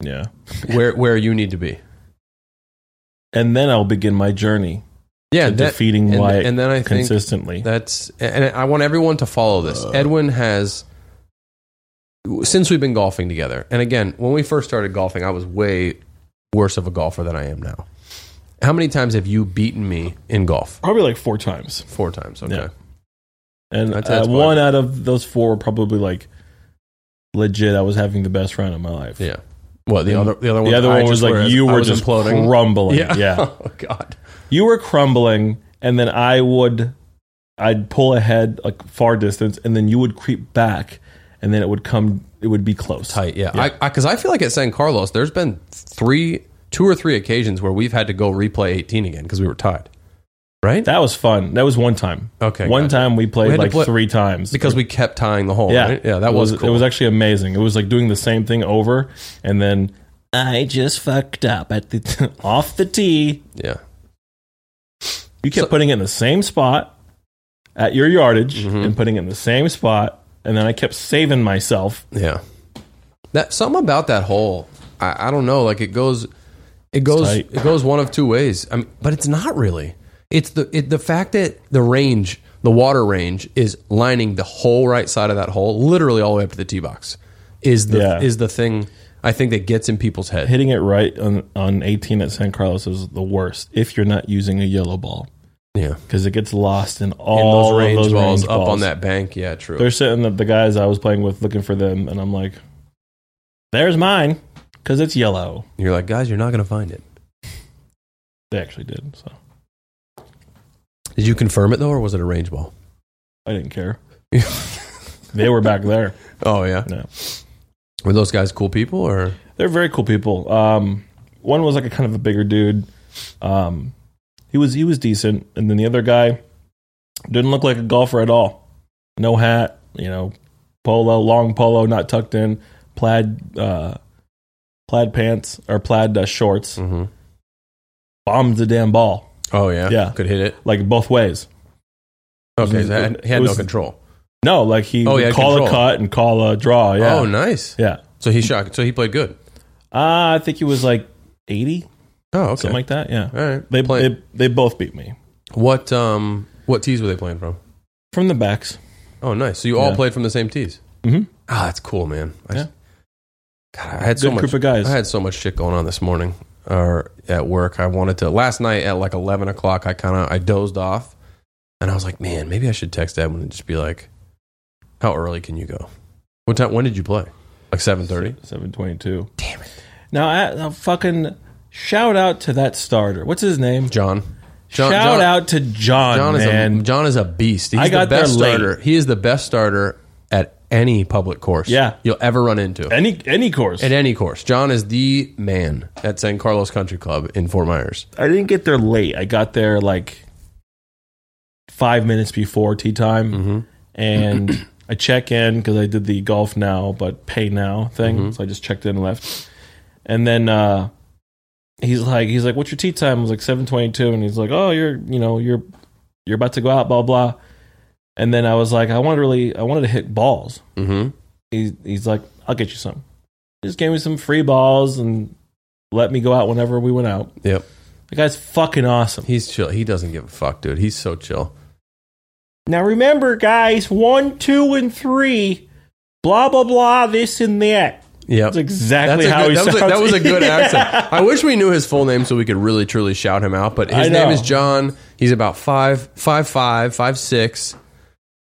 Speaker 1: yeah.
Speaker 2: where where you need to be.
Speaker 1: And then I'll begin my journey
Speaker 2: Yeah,
Speaker 1: to defeating
Speaker 2: and,
Speaker 1: Wyatt
Speaker 2: and then I think
Speaker 1: consistently.
Speaker 2: that's. And I want everyone to follow this.
Speaker 1: Uh.
Speaker 2: Edwin has since we've been golfing together. And again, when we first started golfing, I was way worse of a golfer than I am now. How many times have you beaten me in golf?
Speaker 1: Probably like four times,
Speaker 2: Four times. Okay.
Speaker 1: Yeah. and
Speaker 2: That's-
Speaker 1: uh,
Speaker 2: that's why-
Speaker 1: one out of those four were probably like legit. I was having the best round of my life.
Speaker 2: Yeah. Well, the other the other one
Speaker 1: The other
Speaker 2: I
Speaker 1: one was
Speaker 2: just
Speaker 1: like
Speaker 2: whereas
Speaker 1: you
Speaker 2: I
Speaker 1: were
Speaker 2: was
Speaker 1: just
Speaker 2: imploding.
Speaker 1: crumbling. Yeah.
Speaker 2: Oh God.
Speaker 1: You were crumbling and then I would I'd pull ahead like far distance and then you would creep back and then it would come it would be close.
Speaker 2: Tight. Yeah. Because I, because I feel like at San Carlos, there's been three, two or three occasions where we've had to go replay 18 again because we were tied. Right.
Speaker 1: That was fun. That was one time.
Speaker 2: Okay,
Speaker 1: One
Speaker 2: gotcha.
Speaker 1: time we played
Speaker 2: We had to
Speaker 1: like
Speaker 2: play-
Speaker 1: three times.
Speaker 2: because we kept tying the hole.
Speaker 1: yeah,
Speaker 2: Right? Yeah. That
Speaker 1: It
Speaker 2: was, cool.
Speaker 1: it was actually amazing. It was like doing the same thing over and then I just fucked up at the off the tee.
Speaker 2: yeah.
Speaker 1: You kept
Speaker 2: So-
Speaker 1: putting it in the same spot at your yardage
Speaker 2: Mm-hmm.
Speaker 1: and putting it in the same spot and then I kept saving myself.
Speaker 2: Yeah. That something about that hole. I, I don't know. Like it goes, it goes,
Speaker 1: tight.
Speaker 2: it goes one of two ways. I mean, but it's not really. It's the it, the fact that the range, the water range, is lining the whole right side of that hole, literally all the way up to the tee box, is the
Speaker 1: Yeah.
Speaker 2: is the thing I think that gets in people's head.
Speaker 1: hitting it right on, on 18 at San Carlos is the worst if you're not using a yellow ball
Speaker 2: Yeah,
Speaker 1: because it gets lost in
Speaker 2: and
Speaker 1: all
Speaker 2: those range
Speaker 1: of those
Speaker 2: balls
Speaker 1: range
Speaker 2: up
Speaker 1: balls.
Speaker 2: on that bank. Yeah, true.
Speaker 1: They're sitting the, the guys I was playing with looking for them, and I'm like, "There's mine," because it's yellow.
Speaker 2: You're like, guys, you're not gonna find it.
Speaker 1: They actually did, so
Speaker 2: Did you confirm it though, or was it a range ball?
Speaker 1: I didn't care. They were back there.
Speaker 2: oh yeah.
Speaker 1: No.
Speaker 2: Were those guys cool people or?
Speaker 1: They're very cool people. Um, one was like a kind of a bigger dude. Um, he was he was decent, and then the other guy didn't look like a golfer at all. No hat, you know, polo, long polo, not tucked in, plaid uh, plaid pants or plaid uh, shorts.
Speaker 2: Mm-hmm.
Speaker 1: Bombed the damn ball
Speaker 2: Oh yeah,
Speaker 1: Yeah.
Speaker 2: could hit it.
Speaker 1: like both ways.
Speaker 2: Okay,
Speaker 1: was-
Speaker 2: so he had, he had
Speaker 1: it
Speaker 2: no
Speaker 1: was-
Speaker 2: control.
Speaker 1: No, like he
Speaker 2: Oh,
Speaker 1: would
Speaker 2: he had
Speaker 1: call
Speaker 2: control.
Speaker 1: a cut and call a draw. Yeah,
Speaker 2: Oh, nice.
Speaker 1: yeah.
Speaker 2: So he shot. So he played good.
Speaker 1: Uh, I think he was like eighty,
Speaker 2: Oh, okay.
Speaker 1: something like that. Yeah,
Speaker 2: All right.
Speaker 1: they,
Speaker 2: Play-
Speaker 1: they they both beat me
Speaker 2: what um what tees were they playing from?
Speaker 1: from the backs.
Speaker 2: Oh, nice. So you all
Speaker 1: Yeah.
Speaker 2: played from the same tees.
Speaker 1: Mhm.
Speaker 2: Ah, that's cool, man. I,
Speaker 1: Yeah.
Speaker 2: God, I had so
Speaker 1: Good
Speaker 2: much.
Speaker 1: group of guys.
Speaker 2: I had so much shit going on this morning. or at work. I wanted to last night at like eleven o'clock. I kind of I dozed off, and I was like, man, maybe I should text Edwin and just be like, how early can you go? What time? When did you play? Like seven thirty.
Speaker 1: Seven twenty-two. Damn it! Now, I, now, fucking shout out to that starter. What's his name?
Speaker 2: John.
Speaker 1: shout out to John.
Speaker 2: John is
Speaker 1: man.
Speaker 2: a John is a beast. He's
Speaker 1: I got
Speaker 2: the best
Speaker 1: there late.
Speaker 2: starter. He is the best starter at any public course.
Speaker 1: Yeah.
Speaker 2: you'll ever run into
Speaker 1: any any course.
Speaker 2: at any course. John is the man at San Carlos Country Club in Fort Myers.
Speaker 1: I didn't get there late. I got there like five minutes before tea time, and I check in because I did the golf now but pay now thing. So I just checked in and left, and then uh, he's like, he's like, "What's your tea time?" I was like seven twenty two, and he's like, "Oh, you're you know you're you're about to go out, blah blah." And then I was like, I wanted to really, I wanted to hit balls.
Speaker 2: Mm-hmm.
Speaker 1: He's he's like, "I'll get you some." Just gave me some free balls and let me go out whenever we went out.
Speaker 2: Yep.
Speaker 1: The guy's fucking awesome.
Speaker 2: He's chill. He doesn't give a fuck, dude. He's so chill.
Speaker 1: Now remember, guys, one, two, and three, blah blah blah, this and that.
Speaker 2: Yep.
Speaker 1: That's exactly
Speaker 2: That's a
Speaker 1: how
Speaker 2: good-
Speaker 1: he
Speaker 2: that, was a,
Speaker 1: sounds.
Speaker 2: that was a good
Speaker 1: Yeah.
Speaker 2: accent. I wish we knew his full name so we could really truly shout him out. But
Speaker 1: I
Speaker 2: his name
Speaker 1: know.
Speaker 2: is John. He's about five, five, five, five, six.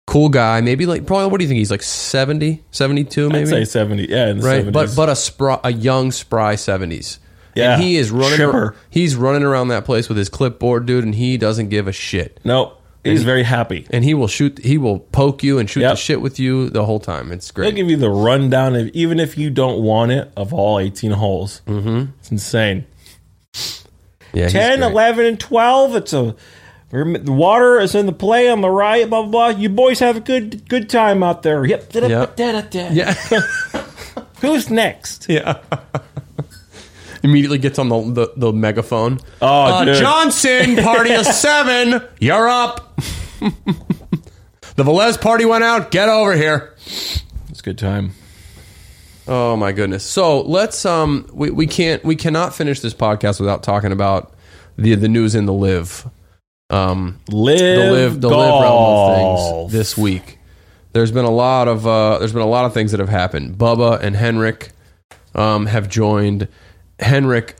Speaker 2: Cool guy. Maybe like probably. What do you think? He's like 70, 72 maybe.
Speaker 1: I'd say seventy. Yeah, in the
Speaker 2: right,
Speaker 1: 70s.
Speaker 2: but but a spry, a young spry seventies.
Speaker 1: Yeah.
Speaker 2: and he is running.
Speaker 1: Chipper.
Speaker 2: He's running around that place with his clipboard, dude, and he doesn't give a shit.
Speaker 1: no, he's very happy.
Speaker 2: And he will shoot. He will poke you and shoot the
Speaker 1: Yep.
Speaker 2: shit with you the whole time. It's
Speaker 1: They'll
Speaker 2: great.
Speaker 1: give you the rundown of even if you don't want it of all eighteen holes. Mm-hmm. It's insane.
Speaker 2: Yeah, he's
Speaker 1: 10,
Speaker 2: great.
Speaker 1: 11, and twelve. It's a rem- the water is in the play on the right. Blah blah. blah. You boys have a good good time out there. Yep. Da-da-da-da-da.
Speaker 2: Yeah,
Speaker 1: Who's next?
Speaker 2: yeah. Immediately gets on the the, the megaphone. Uh,
Speaker 1: Oh, dude.
Speaker 2: Johnson, party of seven. You're up. the Velez party went out. Get over here.
Speaker 1: It's a good time.
Speaker 2: Oh my goodness. So let's um we, we can't we cannot finish this podcast without talking about the the news in the live. Um
Speaker 1: Live
Speaker 2: the live the live realm of
Speaker 1: golf.
Speaker 2: things this week. There's been a lot of uh there's been a lot of things that have happened. Bubba and Henrik um have joined Henrik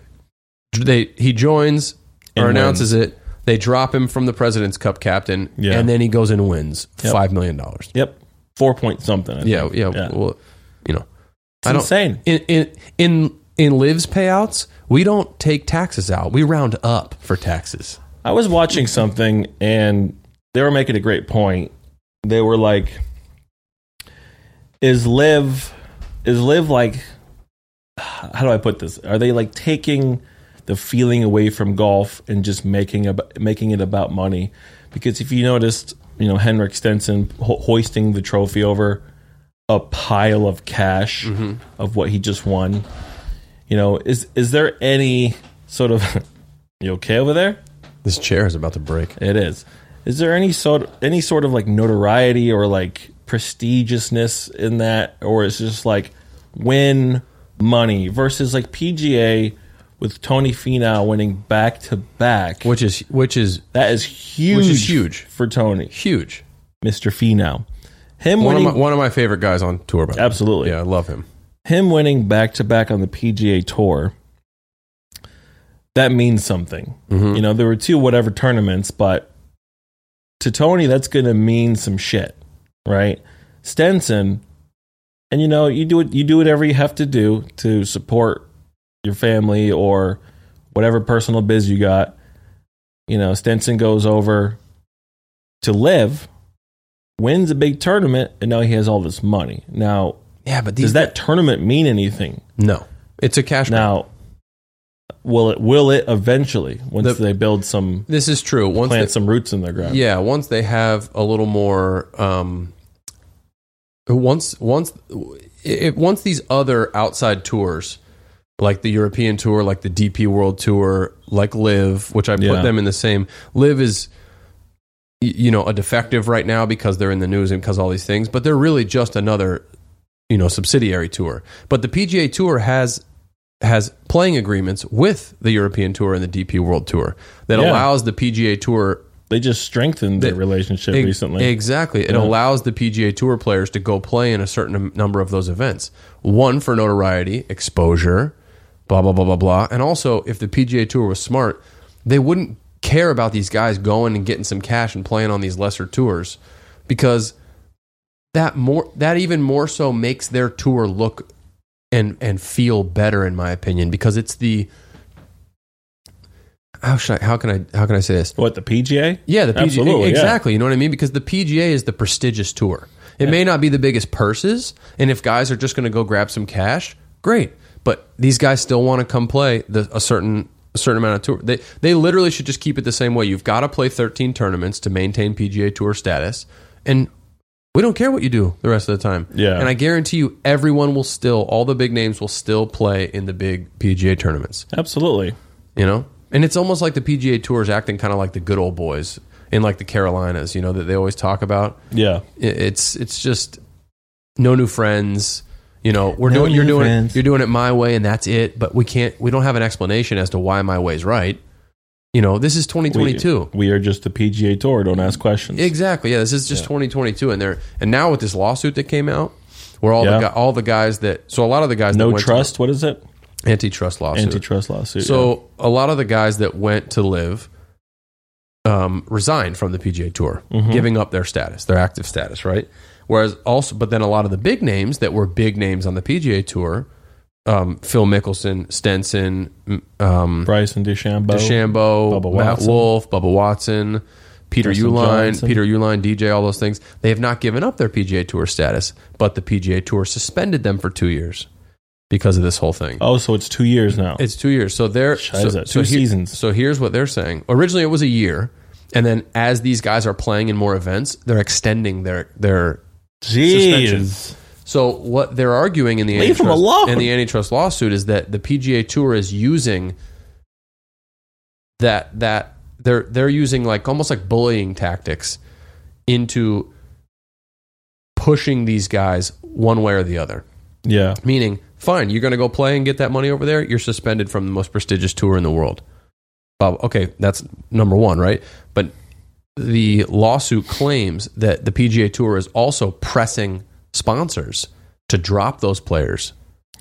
Speaker 2: they he joins or
Speaker 1: And
Speaker 2: announces it. They drop him from the President's Cup captain
Speaker 1: Yeah.
Speaker 2: and then he goes and wins five million dollars.
Speaker 1: Yep. Four point something. I think.
Speaker 2: Yeah, yeah,
Speaker 1: Yeah.
Speaker 2: Well, you know,
Speaker 1: It's insane.
Speaker 2: in in in in lives payouts, we don't take taxes out. We round up for taxes.
Speaker 1: I was watching something and they were making a great point. They were like, is live, is live like, how do I put this? Are they like taking the feeling away from golf and just making ab- making it about money? Because if you noticed, you know, Henrik Stenson ho- hoisting the trophy over a pile of cash of what he just won. You know, is is there any sort of you okay over there?
Speaker 2: This chair is about to break.
Speaker 1: It is. Is there any sort any sort of like notoriety or like prestigiousness in that, or is it just like win money versus like PGA with Tony Finau winning back to back?
Speaker 2: Which is which is
Speaker 1: That is huge.
Speaker 2: huge.
Speaker 1: for Tony,
Speaker 2: huge.
Speaker 1: Mr. Finau. Him
Speaker 2: One of
Speaker 1: winning,
Speaker 2: my one of my favorite guys on tour. By the way.
Speaker 1: absolutely.
Speaker 2: yeah, I love him.
Speaker 1: Him winning back to back on the PGA Tour. That means something.
Speaker 2: Mm-hmm.
Speaker 1: You know, there were two whatever tournaments, but to Tony, that's going to mean some shit, right? Stenson, and you know, you do it, you do whatever you have to do to support your family or whatever personal biz you got. You know, Stenson goes over to live, wins a big tournament, and now he has all this money. Now,
Speaker 2: Yeah, but
Speaker 1: does that tournament mean anything?
Speaker 2: no? It's a cash. grab.
Speaker 1: Now, will it will it eventually once
Speaker 2: The-
Speaker 1: they build some
Speaker 2: this is true. Once
Speaker 1: plant
Speaker 2: they-
Speaker 1: some roots in their ground?
Speaker 2: Yeah, once they have a little more, um, once once if once these other outside tours, like the European tour, like the DP World Tour, like Live, which I put
Speaker 1: Yeah.
Speaker 2: them in the same. Live is y- you know a defective right now because they're in the news and because all these things, but they're really just another you know subsidiary tour. But the PGA Tour has has playing agreements with the European Tour and the DP World Tour that
Speaker 1: Yeah.
Speaker 2: allows the PGA Tour
Speaker 1: they just strengthened their
Speaker 2: They-
Speaker 1: relationship
Speaker 2: Ex-
Speaker 1: recently.
Speaker 2: Exactly. It allows the PGA Tour players to go play in a certain num- number of those events. One for notoriety, exposure, blah blah blah blah blah. And also, if the PGA Tour was smart, they wouldn't care about these guys going and getting some cash and playing on these lesser tours because that more that even more so makes their tour look and and feel better in my opinion because it's the how should I, how can I how can I say this
Speaker 1: What the PGA?
Speaker 2: yeah, the PGA.
Speaker 1: Absolutely, yeah.
Speaker 2: exactly. You know what I mean? Because the PGA is the prestigious tour. It may not be the biggest purses, and if guys are just going to go grab some cash, great. But these guys still want to come play the, a certain a certain amount of tour. They they literally should just keep it the same way. You've got to play 13 tournaments to maintain PGA Tour status, and we don't care what you do the rest of the time.
Speaker 1: Yeah.
Speaker 2: And I guarantee you, everyone will still, all the big names will still play in the big PGA tournaments
Speaker 1: Absolutely.
Speaker 2: you know and it's almost like the pga tour is acting kind of like the good old boys in like the carolinas you know that they always talk about
Speaker 1: Yeah.
Speaker 2: I- it's it's just no new friends you know we're
Speaker 1: No
Speaker 2: doing you're
Speaker 1: new
Speaker 2: doing
Speaker 1: friends.
Speaker 2: you're doing it my way and that's it but we can't we don't have an explanation as to why my way's right you know this is 2022
Speaker 1: We, we are just the PGA Tour. Don't ask questions.
Speaker 2: Exactly. Yeah, this is just 2022, and they're and now with this lawsuit that came out, where all
Speaker 1: Yeah.
Speaker 2: the the all the guys that so a lot of the guys that
Speaker 1: no
Speaker 2: went to
Speaker 1: trust. what is it?
Speaker 2: the antitrust lawsuit
Speaker 1: Antitrust lawsuit.
Speaker 2: so a lot of the guys that went to live um, resigned from the PGA Tour,
Speaker 1: Mm-hmm.
Speaker 2: giving up their status, their active status, right? Whereas also, but then a lot of the big names that were big names on the PGA Tour, um, Phil Mickelson, Stenson, m-
Speaker 1: yeah.
Speaker 2: um,
Speaker 1: Bryson DeChambeau.
Speaker 2: DeChambeau,
Speaker 1: Bubba
Speaker 2: Matt
Speaker 1: Watson.
Speaker 2: Wolf, Bubba Watson, Peter
Speaker 1: Justin
Speaker 2: Uline,
Speaker 1: Johnson.
Speaker 2: Peter Uline, DJ, all those things. They have not given up their PGA Tour status, but the PGA Tour suspended them for two years because of this whole thing.
Speaker 1: Oh, so it's two years now.
Speaker 2: It's two years. So they're so,
Speaker 1: Shiza, two seasons.
Speaker 2: So here's what they're saying. Originally, it was a year, and then as these guys are playing in more events, they're extending their their.
Speaker 1: Jeez.
Speaker 2: So what they're arguing in the
Speaker 1: Leave 'em
Speaker 2: antitrust,
Speaker 1: alone.
Speaker 2: in the antitrust lawsuit is that the PGA Tour is using that that they're they're using like almost like bullying tactics into pushing these guys one way or the other.
Speaker 1: Yeah.
Speaker 2: Meaning, fine, you're going to go play and get that money over there. You're suspended from the most prestigious tour in the world. Bob, okay, that's number one, right? But the lawsuit claims that the PGA Tour is also pressing sponsors to drop those players.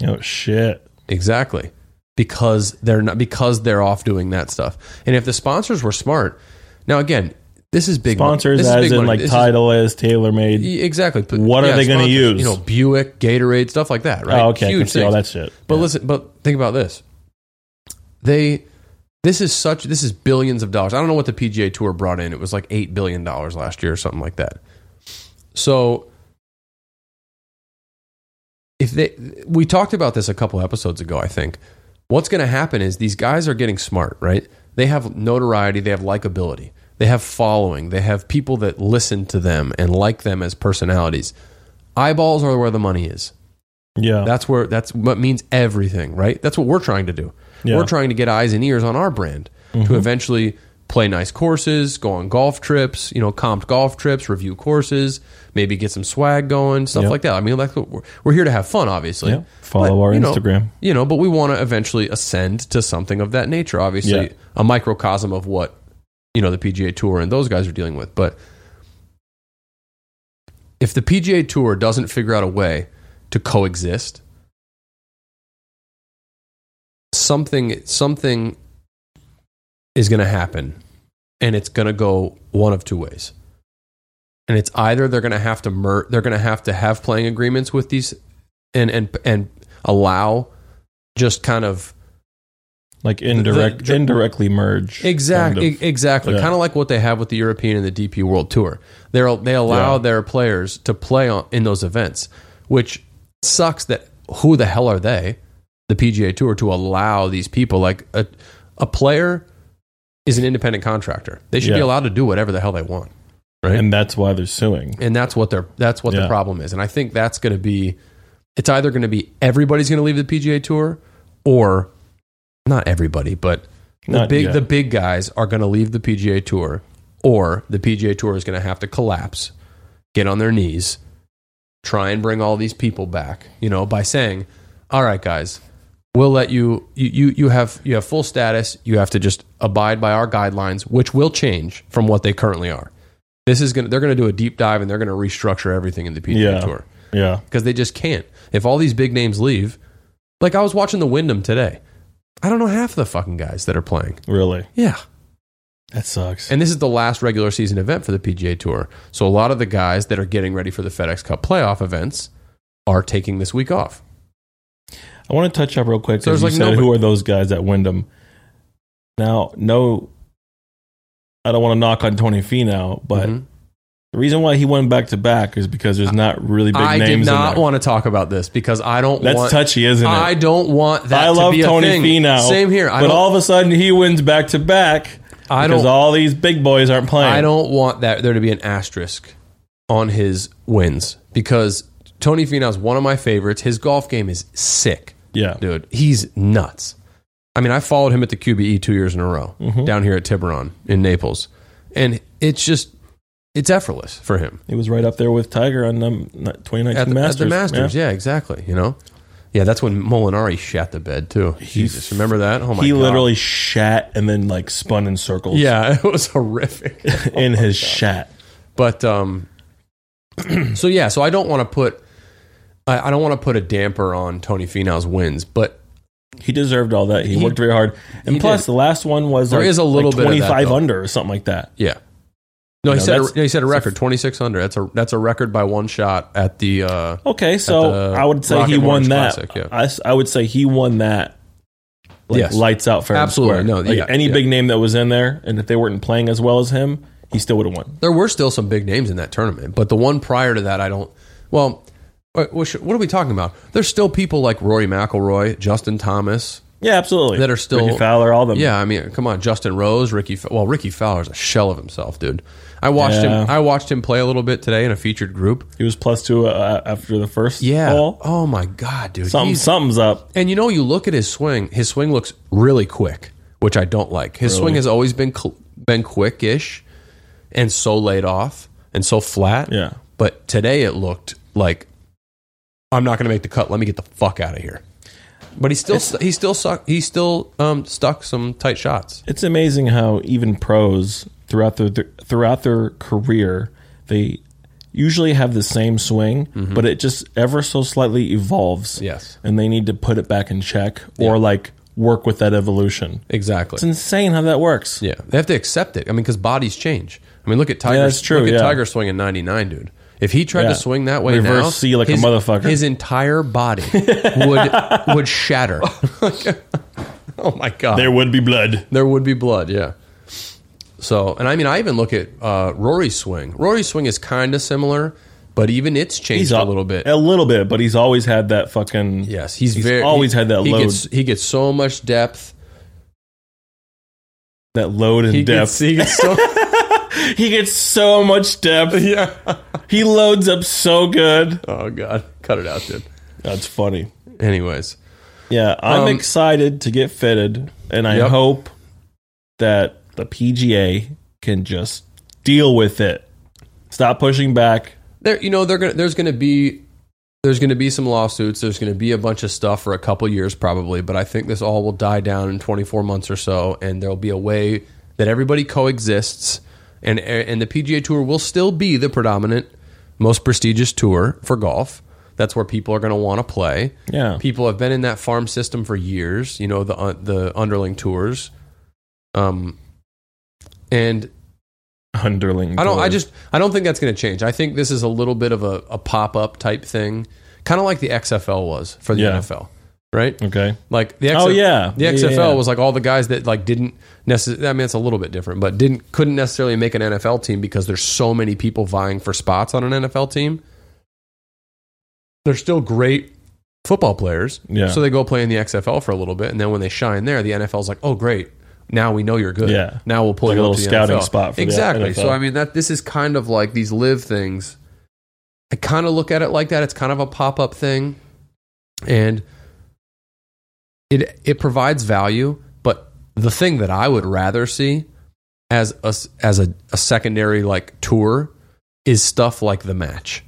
Speaker 1: Oh shit.
Speaker 2: Exactly. Because they're not because they're off doing that stuff. And if the sponsors were smart, now again, this is big money.
Speaker 1: Sponsors
Speaker 2: This is
Speaker 1: as
Speaker 2: big
Speaker 1: in
Speaker 2: money.
Speaker 1: like
Speaker 2: This is-
Speaker 1: Titleist, TaylorMade.
Speaker 2: Y- Exactly. But,
Speaker 1: What are they gonna
Speaker 2: sponsors,
Speaker 1: use?
Speaker 2: You know, Buick, Gatorade, stuff like that, right?
Speaker 1: Oh, okay. I can see all
Speaker 2: things.
Speaker 1: that shit.
Speaker 2: But listen, but think about this. They this is such this is billions of dollars. I don't know what the PGA Tour brought in. It was like 8 billion dollars last year or something like that. So if they we talked about this a couple episodes ago, I think. What's going to happen is these guys are getting smart, right? They have notoriety, they have likability. They have following. They have people that listen to them and like them as personalities. Eyeballs are where the money is.
Speaker 1: yeah.
Speaker 2: That's where that's what means everything, right? That's what we're trying to do.
Speaker 1: Yeah. Mm-hmm.
Speaker 2: We're trying to get eyes and ears on our brand to eventually play nice courses, go on golf trips, you know, comped golf trips, review courses, maybe get some swag going, stuff
Speaker 1: Yep.
Speaker 2: like that. I mean, like we're, we're here to have fun, obviously.
Speaker 1: Yep. Follow our
Speaker 2: you know,
Speaker 1: Instagram.
Speaker 2: you know, but we want to eventually ascend to something of that nature. Obviously,
Speaker 1: Yeah.
Speaker 2: a microcosm of what you know the PGA Tour and those guys are dealing with. But if the PGA Tour doesn't figure out a way to coexist, something something is going to happen, and it's going to go one of two ways. And it's either they're going to have to mer- they're going to have to have playing agreements with these and and and allow just kind of
Speaker 1: like indirect
Speaker 2: the- the-
Speaker 1: indirectly merge.
Speaker 2: exactly
Speaker 1: kind of.
Speaker 2: e-, exactly
Speaker 1: Yeah.
Speaker 2: kind of like what they have with the European and the DP World Tour. They are they allow
Speaker 1: Yeah.
Speaker 2: their players to play on, in those events, which sucks. That who the hell are they, the PGA Tour, to allow these people like a a player is an independent contractor. They should be
Speaker 1: Yeah.
Speaker 2: allowed to do whatever the hell they want, right?
Speaker 1: And that's why they're suing.
Speaker 2: and that's what they're that's what the
Speaker 1: Yeah.
Speaker 2: problem is and i think that's going to be it's either going to be everybody's going to leave the pga tour or not everybody but the
Speaker 1: Not
Speaker 2: big
Speaker 1: yet.
Speaker 2: the big guys are going to leave the pga tour or the pga tour is going to have to collapse get on their knees try and bring all these people back you know by saying all right guys we'll let you you you, you have you have full status you have to just abide by our guidelines which will change from what they currently are this is gonna they're gonna do a deep dive and they're gonna restructure everything in the PGA
Speaker 1: Yeah.
Speaker 2: Tour
Speaker 1: Yeah.
Speaker 2: because they just can't. If all these big names leave, like I was watching the Wyndham today, I don't know half the fucking guys that are playing.
Speaker 1: Really,
Speaker 2: Yeah.
Speaker 1: that sucks.
Speaker 2: And this is the last regular season event for the PGA Tour. So a lot of the guys that are getting ready for the FedEx Cup playoff events are taking this week off.
Speaker 1: I want to touch up real quick.
Speaker 2: So
Speaker 1: because
Speaker 2: there's,
Speaker 1: you
Speaker 2: like,
Speaker 1: said,
Speaker 2: nobody-
Speaker 1: who are those guys at Wyndham? Now, no, I don't want to knock on Tony Finau, but
Speaker 2: Mhm.
Speaker 1: the reason why he went back to back is because there's not really big
Speaker 2: I did
Speaker 1: names. in
Speaker 2: not
Speaker 1: there.
Speaker 2: want to talk about this because I don't
Speaker 1: That's
Speaker 2: want
Speaker 1: touchy, isn't it?
Speaker 2: I don't want that
Speaker 1: I
Speaker 2: to
Speaker 1: love
Speaker 2: be a
Speaker 1: Tony
Speaker 2: thing.
Speaker 1: Finau.
Speaker 2: Same here. I
Speaker 1: but
Speaker 2: don't,
Speaker 1: all of a sudden he wins back to back
Speaker 2: I
Speaker 1: because
Speaker 2: don't
Speaker 1: all these big boys aren't playing.
Speaker 2: I don't want that there to be an asterisk on his wins because Tony Finau is one of my favorites. His golf game is sick,
Speaker 1: Yeah,
Speaker 2: dude. He's nuts. I mean, I followed him at the QBE two years in a row down here at Tiburon in Naples, and it's just it's effortless for him
Speaker 1: he was right up there with Tiger on the 2019
Speaker 2: at the,
Speaker 1: Masters.
Speaker 2: at the Masters. Yeah. exactly. You know, yeah, that's when Molinari shat the bed too. Jesus, remember that? Oh my
Speaker 1: he
Speaker 2: god,
Speaker 1: literally shat and then like spun in circles.
Speaker 2: yeah, it was horrific.
Speaker 1: in his shat.
Speaker 2: But um, so yeah, so I don't want to put I, I don't want to put a damper on Tony Finau's wins, but
Speaker 1: He deserved all that. He,
Speaker 2: He-
Speaker 1: worked very hard. And
Speaker 2: he
Speaker 1: plus,
Speaker 2: did.
Speaker 1: the last one was
Speaker 2: There
Speaker 1: like,
Speaker 2: is a little bit of that,
Speaker 1: twenty five
Speaker 2: though.
Speaker 1: under or something like that.
Speaker 2: yeah. No, he
Speaker 1: No,
Speaker 2: said
Speaker 1: that's-
Speaker 2: a, he said a record twenty six under. That's a that's a record by one shot at the uh,
Speaker 1: Okay, so
Speaker 2: the
Speaker 1: I would say
Speaker 2: Rocket
Speaker 1: he won
Speaker 2: Mortgage
Speaker 1: that.
Speaker 2: Classic, yeah.
Speaker 1: I s- I, would say he won that. Like
Speaker 2: Yes.
Speaker 1: lights out fair
Speaker 2: Absolutely,
Speaker 1: and square.
Speaker 2: no,
Speaker 1: like
Speaker 2: yeah,
Speaker 1: any
Speaker 2: yeah.
Speaker 1: big name that was in there, and if they weren't playing as well as him, he still would have won.
Speaker 2: there were still some big names in that tournament, but the one prior to that, I don't. Well, uh, what what should- what are we talking about? There's still people like Rory McIlroy, Justin Thomas.
Speaker 1: Yeah, absolutely.
Speaker 2: That are still-
Speaker 1: Ricky Fowler, all them.
Speaker 2: Yeah, I mean, come on, Justin Rose, Ricky. F- Well, Ricky Fowler's a shell of himself, dude. I watched
Speaker 1: Yeah.
Speaker 2: him. I watched him play a little bit today in a featured group.
Speaker 1: he was plus two uh, after the first
Speaker 2: Yeah.
Speaker 1: hole.
Speaker 2: Oh my god, dude.
Speaker 1: Something,
Speaker 2: He's-
Speaker 1: something's up.
Speaker 2: and you know, you look at his swing. His swing looks really quick, which I don't like. His swing has always been cl- been quickish, and so laid off and so flat.
Speaker 1: Yeah,
Speaker 2: But today it looked like I'm not going to make the cut. Let me get the fuck out of here. But he still stu- he still suck he still um, stuck some tight shots.
Speaker 1: it's amazing how even pros throughout their throughout their career they usually have the same swing, but it just ever so slightly evolves.
Speaker 2: Mm-hmm. Yes.
Speaker 1: and they need to put it back in check or like work with that evolution.
Speaker 2: Exactly.
Speaker 1: It's insane how that works.
Speaker 2: Yeah, they have to accept it. I mean, because bodies change. I mean, look at Tiger.
Speaker 1: Yeah, that's true,
Speaker 2: Look at
Speaker 1: yeah.
Speaker 2: Tiger swing in '99, dude. If he tried
Speaker 1: Yeah.
Speaker 2: to swing that way
Speaker 1: Reverse
Speaker 2: now,
Speaker 1: C like a
Speaker 2: his,
Speaker 1: motherfucker.
Speaker 2: His entire body would would shatter. oh my god, there,
Speaker 1: There would be blood.
Speaker 2: would be blood. Yeah. So, and I mean, I even look at uh, Rory's swing. Rory's swing is kind of similar, but even it's changed a
Speaker 1: al-
Speaker 2: little bit.
Speaker 1: a little bit, but he's always had that fucking
Speaker 2: Yes, he's, very
Speaker 1: always had that
Speaker 2: he
Speaker 1: load.
Speaker 2: Gets, he gets so much depth.
Speaker 1: that load and
Speaker 2: He gets,
Speaker 1: depth.
Speaker 2: he gets so
Speaker 1: he gets so much depth.
Speaker 2: yeah.
Speaker 1: He loads up so good.
Speaker 2: Oh god, cut it out, dude.
Speaker 1: That's funny.
Speaker 2: Anyways.
Speaker 1: Yeah, I'm
Speaker 2: Um,
Speaker 1: excited to get fitted, and I
Speaker 2: Yep.
Speaker 1: hope that the PGA can just deal with it. Stop pushing back.
Speaker 2: there you know they're gonna, there's going to be there's going to be some lawsuits there's going to be a bunch of stuff for a couple years probably but i think this all will die down in 24 months or so and there'll be a way that everybody coexists and and the pga tour will still be the predominant most prestigious tour for golf that's where people are going to want to play
Speaker 1: Yeah,
Speaker 2: people have been in that farm system for years. You know the uh, the underling tours, um, and
Speaker 1: underling.
Speaker 2: I don't. I
Speaker 1: tours.
Speaker 2: just. I don't think that's going to change. I think this is a little bit of a, a pop up type thing, kind of like the XFL was for the
Speaker 1: Yeah.
Speaker 2: NFL, right?
Speaker 1: okay.
Speaker 2: Like the XFL,
Speaker 1: Oh, yeah.
Speaker 2: the
Speaker 1: Yeah,
Speaker 2: XFL
Speaker 1: yeah, yeah.
Speaker 2: was like all the guys that like didn't necessarily. I mean, it's a little bit different, but didn't couldn't necessarily make an NFL team because there's so many people vying for spots on an NFL team. They're still great football players,
Speaker 1: Yeah.
Speaker 2: So they go play in the XFL for a little bit, and then when they shine there, the NFL's like, oh great. Now we know you're good.
Speaker 1: Yeah.
Speaker 2: Now we'll pull
Speaker 1: Like
Speaker 2: you
Speaker 1: a
Speaker 2: up
Speaker 1: little
Speaker 2: to the
Speaker 1: scouting
Speaker 2: NFL.
Speaker 1: spot for the
Speaker 2: exactly.
Speaker 1: NFL.
Speaker 2: So I mean that this is kind of like these live things. I kind of look at it like that. It's kind of a pop up thing, and it it provides value. But the thing that I would rather see as a s- as a, a secondary like tour is stuff like the match,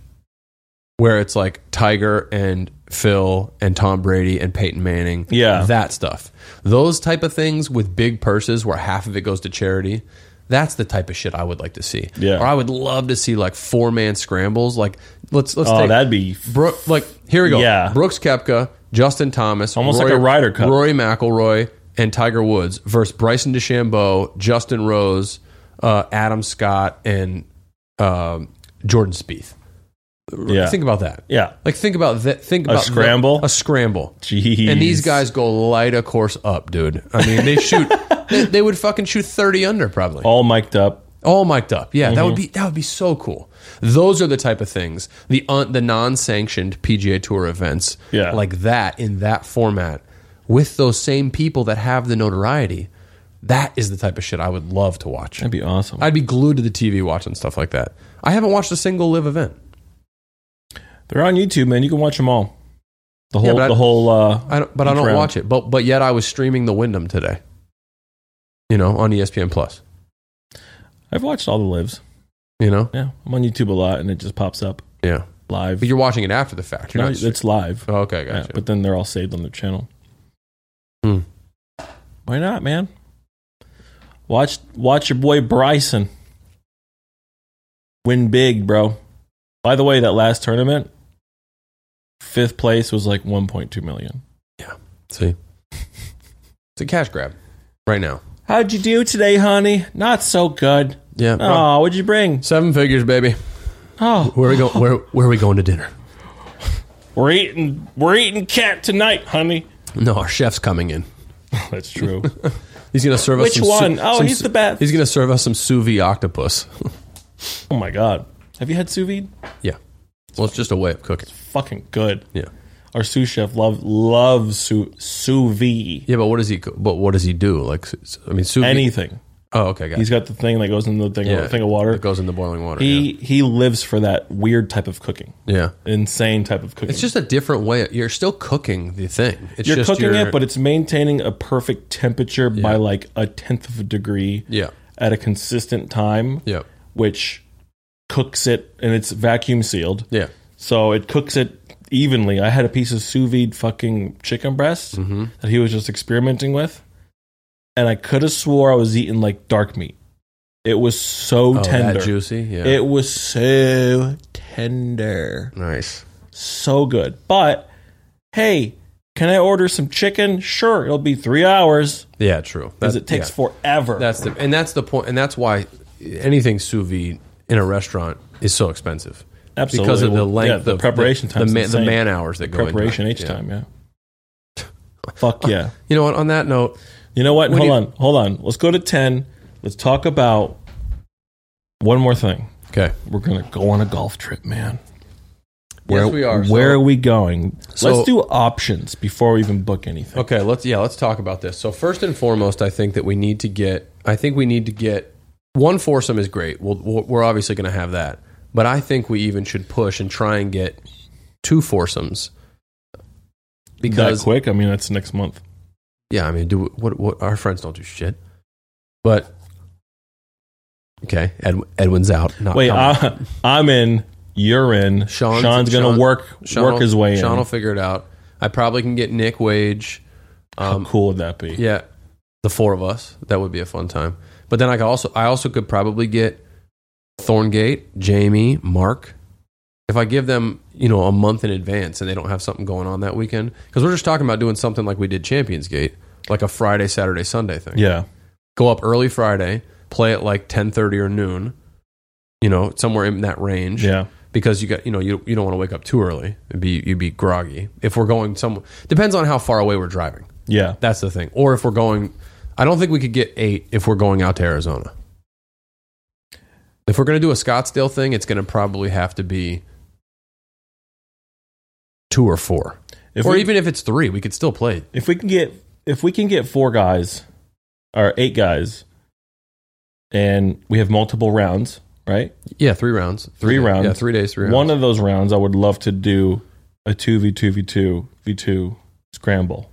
Speaker 2: where it's like Tiger and Phil and Tom Brady and Peyton Manning.
Speaker 1: Yeah.
Speaker 2: that stuff. Those type of things with big purses where half of it goes to charity. That's the type of shit I would like to see.
Speaker 1: Yeah.
Speaker 2: Or I would love to see like four man scrambles. Like let's let's
Speaker 1: Oh,
Speaker 2: take
Speaker 1: that'd be
Speaker 2: Bro- like here we go.
Speaker 1: Yeah.
Speaker 2: Brooks Kepka, Justin Thomas,
Speaker 1: Almost like a Ryder Cup.
Speaker 2: Rory McIlroy, and Tiger Woods versus Bryson DeChambeau, Justin Rose, uh, Adam Scott, and um, Jordan Spieth.
Speaker 1: Yeah.
Speaker 2: Think about that.
Speaker 1: Yeah.
Speaker 2: Like think about that. Think about the-
Speaker 1: scramble?
Speaker 2: a scramble.
Speaker 1: Jeez.
Speaker 2: And these guys go light a course up, dude. I mean, they shoot. they, they would fucking shoot thirty under probably, all,
Speaker 1: all mic'd up.
Speaker 2: mic'd up. Yeah, that would
Speaker 1: Mm-hmm.
Speaker 2: be that would be so cool. Those are the type of things the un, the non sanctioned PGA Tour events,
Speaker 1: Yeah.
Speaker 2: like that in that format with those same people that have the notoriety. That is the type of shit I would love to watch.
Speaker 1: That'd be awesome.
Speaker 2: I'd be glued to the TV watching stuff like that. I haven't watched a single live event.
Speaker 1: They're on YouTube, man. You can watch them all. The
Speaker 2: Yeah,
Speaker 1: whole,
Speaker 2: but I-
Speaker 1: the whole. Uh,
Speaker 2: I don't, but I
Speaker 1: Each
Speaker 2: don't
Speaker 1: round.
Speaker 2: watch it. But but yet I was streaming the Wyndham today. You know, on E ESPN Plus.
Speaker 1: I've watched all the lives.
Speaker 2: You know,
Speaker 1: Yeah, I'm on YouTube a lot, and it just pops up
Speaker 2: yeah.
Speaker 1: live.
Speaker 2: But you're watching it after the fact. You're
Speaker 1: No,
Speaker 2: not.
Speaker 1: it's live.
Speaker 2: oh, okay,
Speaker 1: Yeah,
Speaker 2: gotcha.
Speaker 1: but then they're all saved on their channel.
Speaker 2: Hmm.
Speaker 1: Why not, man? Watch watch your boy Bryson win big, bro. By the way, that last tournament, fifth place was like 1.2 million.
Speaker 2: See, it's a cash grab right now.
Speaker 1: How'd you do today, honey? Not so good.
Speaker 2: Yeah,
Speaker 1: Oh, what'd you bring?
Speaker 2: seven figures, baby.
Speaker 1: Oh,
Speaker 2: Where we go? Where where are we going to dinner?
Speaker 1: we're eating we're eating cat tonight, honey.
Speaker 2: No, our chef's coming in.
Speaker 1: That's true.
Speaker 2: He's gonna serve
Speaker 1: Which
Speaker 2: us. some
Speaker 1: one? Oh,
Speaker 2: some
Speaker 1: he's
Speaker 2: su-
Speaker 1: the best.
Speaker 2: He's gonna serve us some sous vide octopus.
Speaker 1: oh my god. Have you had sous vide?
Speaker 2: yeah. Well, it's just a way of cooking.
Speaker 1: Fucking good.
Speaker 2: Yeah.
Speaker 1: Our sous chef love loves sous, sous vide.
Speaker 2: Yeah, but what does he? co- But what does he do? Like, s- s- I mean, sous vide.
Speaker 1: Anything.
Speaker 2: oh, okay, gotcha.
Speaker 1: He's got the thing that goes in the thing,
Speaker 2: Yeah.
Speaker 1: thing of
Speaker 2: It
Speaker 1: water.
Speaker 2: goes in the boiling water. yeah.
Speaker 1: He he lives for that weird type of cooking,
Speaker 2: Yeah.
Speaker 1: insane type of cooking.
Speaker 2: It's just a different way. You're still cooking the thing. It's
Speaker 1: you're
Speaker 2: just
Speaker 1: cooking
Speaker 2: your-
Speaker 1: it, but it's maintaining a perfect temperature by like a tenth of a degree
Speaker 2: yeah,
Speaker 1: at a consistent time,
Speaker 2: yeah,
Speaker 1: which cooks it, and it's vacuum sealed,
Speaker 2: yeah.
Speaker 1: so it cooks it evenly. I had a piece of sous vide fucking chicken breast
Speaker 2: Mm-hmm.
Speaker 1: that he was just experimenting with, and I could have swore I was eating like dark meat. It was so
Speaker 2: Oh,
Speaker 1: tender.
Speaker 2: that juicy. Yeah,
Speaker 1: It was so tender.
Speaker 2: nice.
Speaker 1: So good. But hey, can I order some chicken? Sure, it'll be three hours
Speaker 2: Yeah, true.
Speaker 1: because
Speaker 2: That-
Speaker 1: it takes
Speaker 2: yeah.
Speaker 1: forever.
Speaker 2: That's the and that's the point, and that's why anything sous vide in a restaurant is so expensive
Speaker 1: Absolutely.
Speaker 2: because of the
Speaker 1: Well,
Speaker 2: length
Speaker 1: yeah, the
Speaker 2: of
Speaker 1: preparation
Speaker 2: the,
Speaker 1: time's
Speaker 2: the, man,
Speaker 1: insane.
Speaker 2: the man hours that go
Speaker 1: preparation
Speaker 2: into
Speaker 1: each
Speaker 2: it. Yeah.
Speaker 1: time, yeah. Fuck yeah.
Speaker 2: You know what? On that note,
Speaker 1: You know what?
Speaker 2: What do
Speaker 1: hold
Speaker 2: you-
Speaker 1: on. Hold on. Let's go to 10. Let's talk about one more thing.
Speaker 2: okay.
Speaker 1: We're going to go on a golf trip, man. Where,
Speaker 2: Yes, we are. So-
Speaker 1: Where are we going?
Speaker 2: So-
Speaker 1: Let's do options before we even book anything.
Speaker 2: Okay, let's yeah, let's talk about this. So first and foremost, I think that we need to get. I think we need to get one foursome is great. We'll, we'll- we're obviously going to have that, but I think we even should push and try and get two foursomes
Speaker 1: that
Speaker 2: because
Speaker 1: quick? I mean, that's next month.
Speaker 2: yeah, I mean, do what, what our friends don't do shit, but okay, Ed, Edwin's out. Not
Speaker 1: Wait,
Speaker 2: coming.
Speaker 1: I, I'm in. You're in.
Speaker 2: Oh, Sean's-
Speaker 1: Sean's, gonna
Speaker 2: Sean-
Speaker 1: work
Speaker 2: Sean
Speaker 1: work
Speaker 2: will-
Speaker 1: his way
Speaker 2: Sean will
Speaker 1: in.
Speaker 2: figure it out. I probably can get Nick Wage. um,
Speaker 1: How cool would that be?
Speaker 2: Yeah, the four of us. That would be a fun time. But then I could also I also could probably get Thorngate, Jamie, Mark. If I give them you know a month in advance and they don't have something going on that weekend, because we're just talking about doing something like we did Champions Gate, like a Friday, Saturday, Sunday thing.
Speaker 1: Yeah.
Speaker 2: Go up early Friday, play at like ten thirty or noon. You know, somewhere in that range
Speaker 1: Yeah.
Speaker 2: because you got you know you, you don't want to wake up too early and be you'd be groggy. If we're going some depends on how far away we're driving.
Speaker 1: Yeah.
Speaker 2: That's the thing. Or if we're going, I don't think we could get eight if we're going out to Arizona. If we're going to do a Scottsdale thing, it's going to probably have to be two or four.
Speaker 1: If
Speaker 2: or
Speaker 1: we,
Speaker 2: even if it's three, we could still play.
Speaker 1: if we can get if we can get four guys or eight guys, and we have multiple rounds, right?
Speaker 2: Yeah, three rounds.
Speaker 1: Three
Speaker 2: days.
Speaker 1: rounds.
Speaker 2: Yeah, three days, three rounds.
Speaker 1: One of those rounds, I would love to do a two v two v two v two scramble.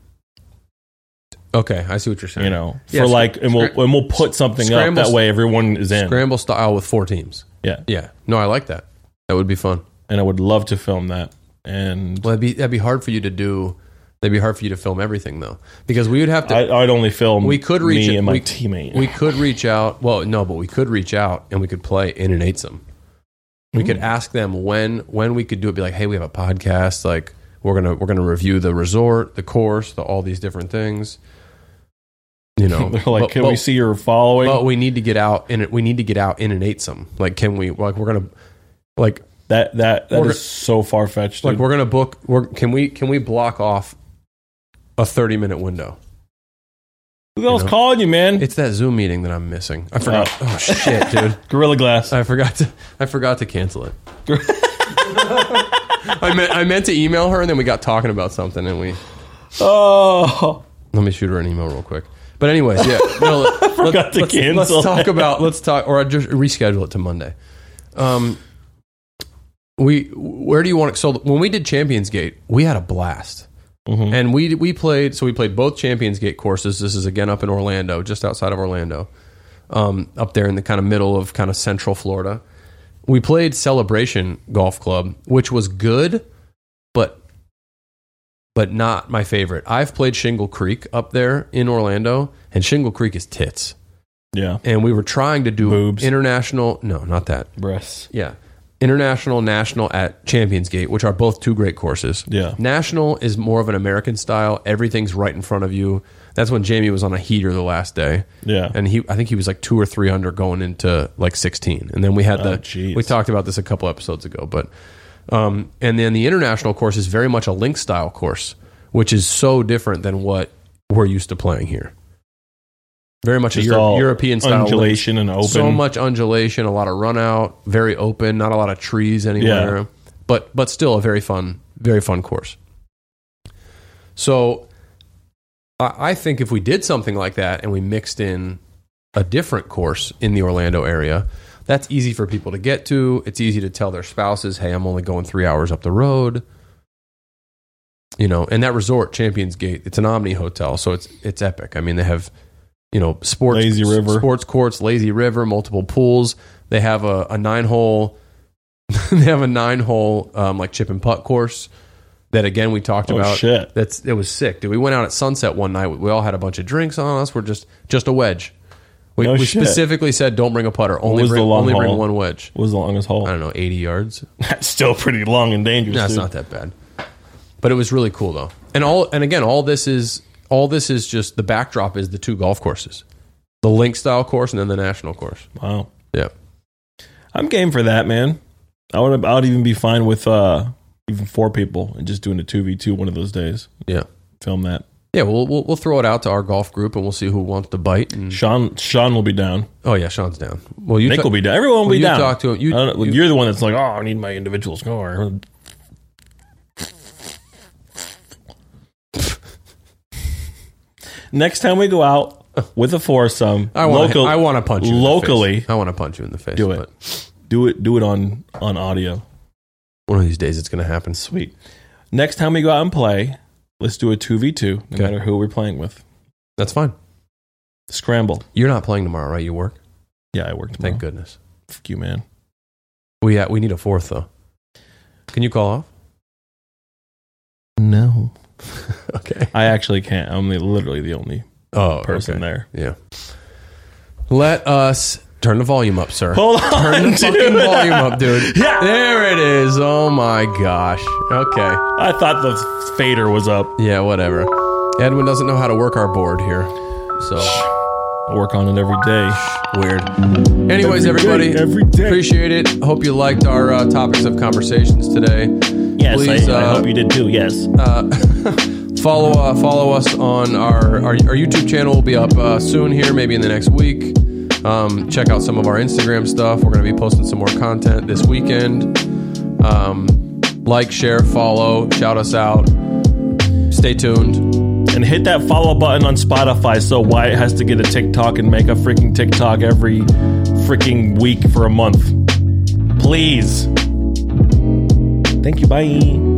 Speaker 2: okay, I see what you're saying.
Speaker 1: You know,
Speaker 2: Yeah,
Speaker 1: for
Speaker 2: scr-
Speaker 1: like, and we'll
Speaker 2: scra-
Speaker 1: and we'll put something up
Speaker 2: scramble-
Speaker 1: that way. Everyone is in.
Speaker 2: Scramble style with four teams.
Speaker 1: Yeah.
Speaker 2: Yeah. No, I like that. That would be fun.
Speaker 1: and I would love to film that. And
Speaker 2: Well, that'd be, that'd be hard for you to do. That'd be hard for you to film everything, though, because we would have to.
Speaker 1: I, I'd only film
Speaker 2: we could reach
Speaker 1: me and my
Speaker 2: we,
Speaker 1: teammate.
Speaker 2: We could reach out. Well, no, but we could reach out and we could play in and eight some. We
Speaker 1: Hmm.
Speaker 2: could ask them when when we could do it. Be like, hey, we have a podcast. Like we're gonna we're gonna review the resort, the course, the all these different things. You know,
Speaker 1: They're like,
Speaker 2: But-
Speaker 1: can
Speaker 2: but-
Speaker 1: we see your following?
Speaker 2: But we need to get out and it- we need to get out inundate some. Like, can we? Like, we're gonna like
Speaker 1: that that that
Speaker 2: We're-
Speaker 1: is so far fetched.
Speaker 2: like we're gonna book. We're can we can we block off a thirty minute window?
Speaker 1: Who the hell's
Speaker 2: know.
Speaker 1: calling you, man?
Speaker 2: It's that Zoom meeting that I'm missing. I forgot. Oh, shit, dude!
Speaker 1: Gorilla Glass.
Speaker 2: I forgot to I forgot to cancel it. I meant I meant to email her and then we got talking about something and we
Speaker 1: oh,
Speaker 2: let me shoot her an email real quick. But anyways, yeah. No, let, I
Speaker 1: forgot to
Speaker 2: let's,
Speaker 1: cancel
Speaker 2: Let's talk
Speaker 1: that.
Speaker 2: about let's talk or I just reschedule it to Monday. Um we where do you want to so when we did Champions Gate, we had a blast. And we we played so we played both Champions Gate courses. This is again up in Orlando, just outside of Orlando. Um up there in the kind of middle of kind of central Florida. We played Celebration Golf Club, which was good, but but not my favorite. I've played Shingle Creek up there in Orlando, and Shingle Creek is tits.
Speaker 1: yeah,
Speaker 2: And we were trying to do
Speaker 1: Boobs.
Speaker 2: international. No, not that.
Speaker 1: breasts.
Speaker 2: Yeah, international, national at Champions Gate, which are both two great courses.
Speaker 1: Yeah.
Speaker 2: National is more of an American style. Everything's right in front of you. That's when Jamie was on a heater the last day.
Speaker 1: Yeah.
Speaker 2: And he I think he was like 2 or 3 under going into like 16. And then we had the
Speaker 1: Oh, jeez.
Speaker 2: we talked about this a couple episodes ago, but um and then the international course is very much a link style course, which is so different than what we're used to playing here. Very much
Speaker 1: Just
Speaker 2: a Euro-
Speaker 1: all
Speaker 2: European style link.
Speaker 1: undulation and open.
Speaker 2: So much undulation, a lot of run out, very open, not a lot of trees anywhere.
Speaker 1: Yeah.
Speaker 2: But but still a very fun, very fun course. So I, I think if we did something like that and we mixed in a different course in the Orlando area, that's easy for people to get to. It's easy to tell their spouses, hey, I'm only going three hours up the road. You know, and that resort, Champions Gate, it's an Omni hotel, so it's it's epic. I mean, they have you know sports
Speaker 1: Lazy River.
Speaker 2: sports courts, lazy river, multiple pools. They have a, a nine hole. they have a nine hole um, like chip and putt course that again we talked
Speaker 1: Oh,
Speaker 2: about.
Speaker 1: shit.
Speaker 2: That's it was sick, dude. We went out at sunset one night. We all had a bunch of drinks on us. We're just just a wedge. We,
Speaker 1: No
Speaker 2: we
Speaker 1: shit.
Speaker 2: specifically said don't bring a putter. Only
Speaker 1: was
Speaker 2: bring
Speaker 1: the long
Speaker 2: only bring
Speaker 1: haul?
Speaker 2: one wedge.
Speaker 1: What was the longest hole?
Speaker 2: I don't know, eighty yards.
Speaker 1: That's still pretty long and dangerous.
Speaker 2: That's
Speaker 1: dude.
Speaker 2: not that bad. But it was really cool though. And all and again, all this is all this is just the backdrop is the two golf courses. The link style course and then the national course.
Speaker 1: Wow.
Speaker 2: Yeah.
Speaker 1: I'm game for that, man. I would. I would even be fine with uh even four people and just doing a two v two one of those days.
Speaker 2: Yeah.
Speaker 1: Film that.
Speaker 2: Yeah, we'll, we'll we'll throw it out to our golf group and we'll see who wants to bite. And,
Speaker 1: Sean. Sean will be down.
Speaker 2: oh yeah, Sean's down. Well, you
Speaker 1: Nick
Speaker 2: ta-
Speaker 1: will be down. Everyone will
Speaker 2: well,
Speaker 1: be
Speaker 2: you
Speaker 1: down.
Speaker 2: talk to him. You-
Speaker 1: I don't know.
Speaker 2: you-
Speaker 1: You're the one that's like, oh, I need my individual score. Next time we go out with a foursome,
Speaker 2: I want
Speaker 1: local-
Speaker 2: I want to punch you In the
Speaker 1: locally.
Speaker 2: face. I want to punch you in the face.
Speaker 1: Do it.
Speaker 2: but
Speaker 1: Do it. Do it on on audio.
Speaker 2: one of these days it's going to happen.
Speaker 1: Sweet. Next time we go out and play, let's do a two v two, no
Speaker 2: Okay.
Speaker 1: matter who we're playing with.
Speaker 2: That's fine.
Speaker 1: Scramble.
Speaker 2: You're not playing tomorrow, right? You work.
Speaker 1: Yeah, I worked.
Speaker 2: Thank goodness.
Speaker 1: Fuck you, man.
Speaker 2: We uh, we need a fourth though. Can you call off?
Speaker 1: No,
Speaker 2: Okay.
Speaker 1: I actually can't. I'm the, literally the only
Speaker 2: Oh,
Speaker 1: person
Speaker 2: okay.
Speaker 1: there.
Speaker 2: Yeah. Let us turn the volume up, sir.
Speaker 1: Hold on,
Speaker 2: Turn the
Speaker 1: dude.
Speaker 2: fucking volume up, dude.
Speaker 1: Yeah.
Speaker 2: There it is. Oh my gosh. Okay.
Speaker 1: I thought the fader was up.
Speaker 2: Yeah, whatever. Edwin doesn't know how to work our board here. So
Speaker 1: I work on it every day.
Speaker 2: weird. Anyways,
Speaker 1: Every day,
Speaker 2: everybody,
Speaker 1: every day.
Speaker 2: appreciate it. Hope you liked our uh, topics of conversations today.
Speaker 1: Yes,
Speaker 2: Please,
Speaker 1: I,
Speaker 2: uh,
Speaker 1: I hope you did too. Yes.
Speaker 2: Follow uh, follow us on our, our our YouTube channel. will be up uh, soon here, maybe in the next week. Um, check out some of our Instagram stuff. We're going to be posting some more content this weekend. Um, like, share, follow, shout us out. Stay tuned.
Speaker 1: and hit that follow button on Spotify so Wyatt has to get a TikTok and make a freaking TikTok every freaking week for a month. Please. Thank you. Bye.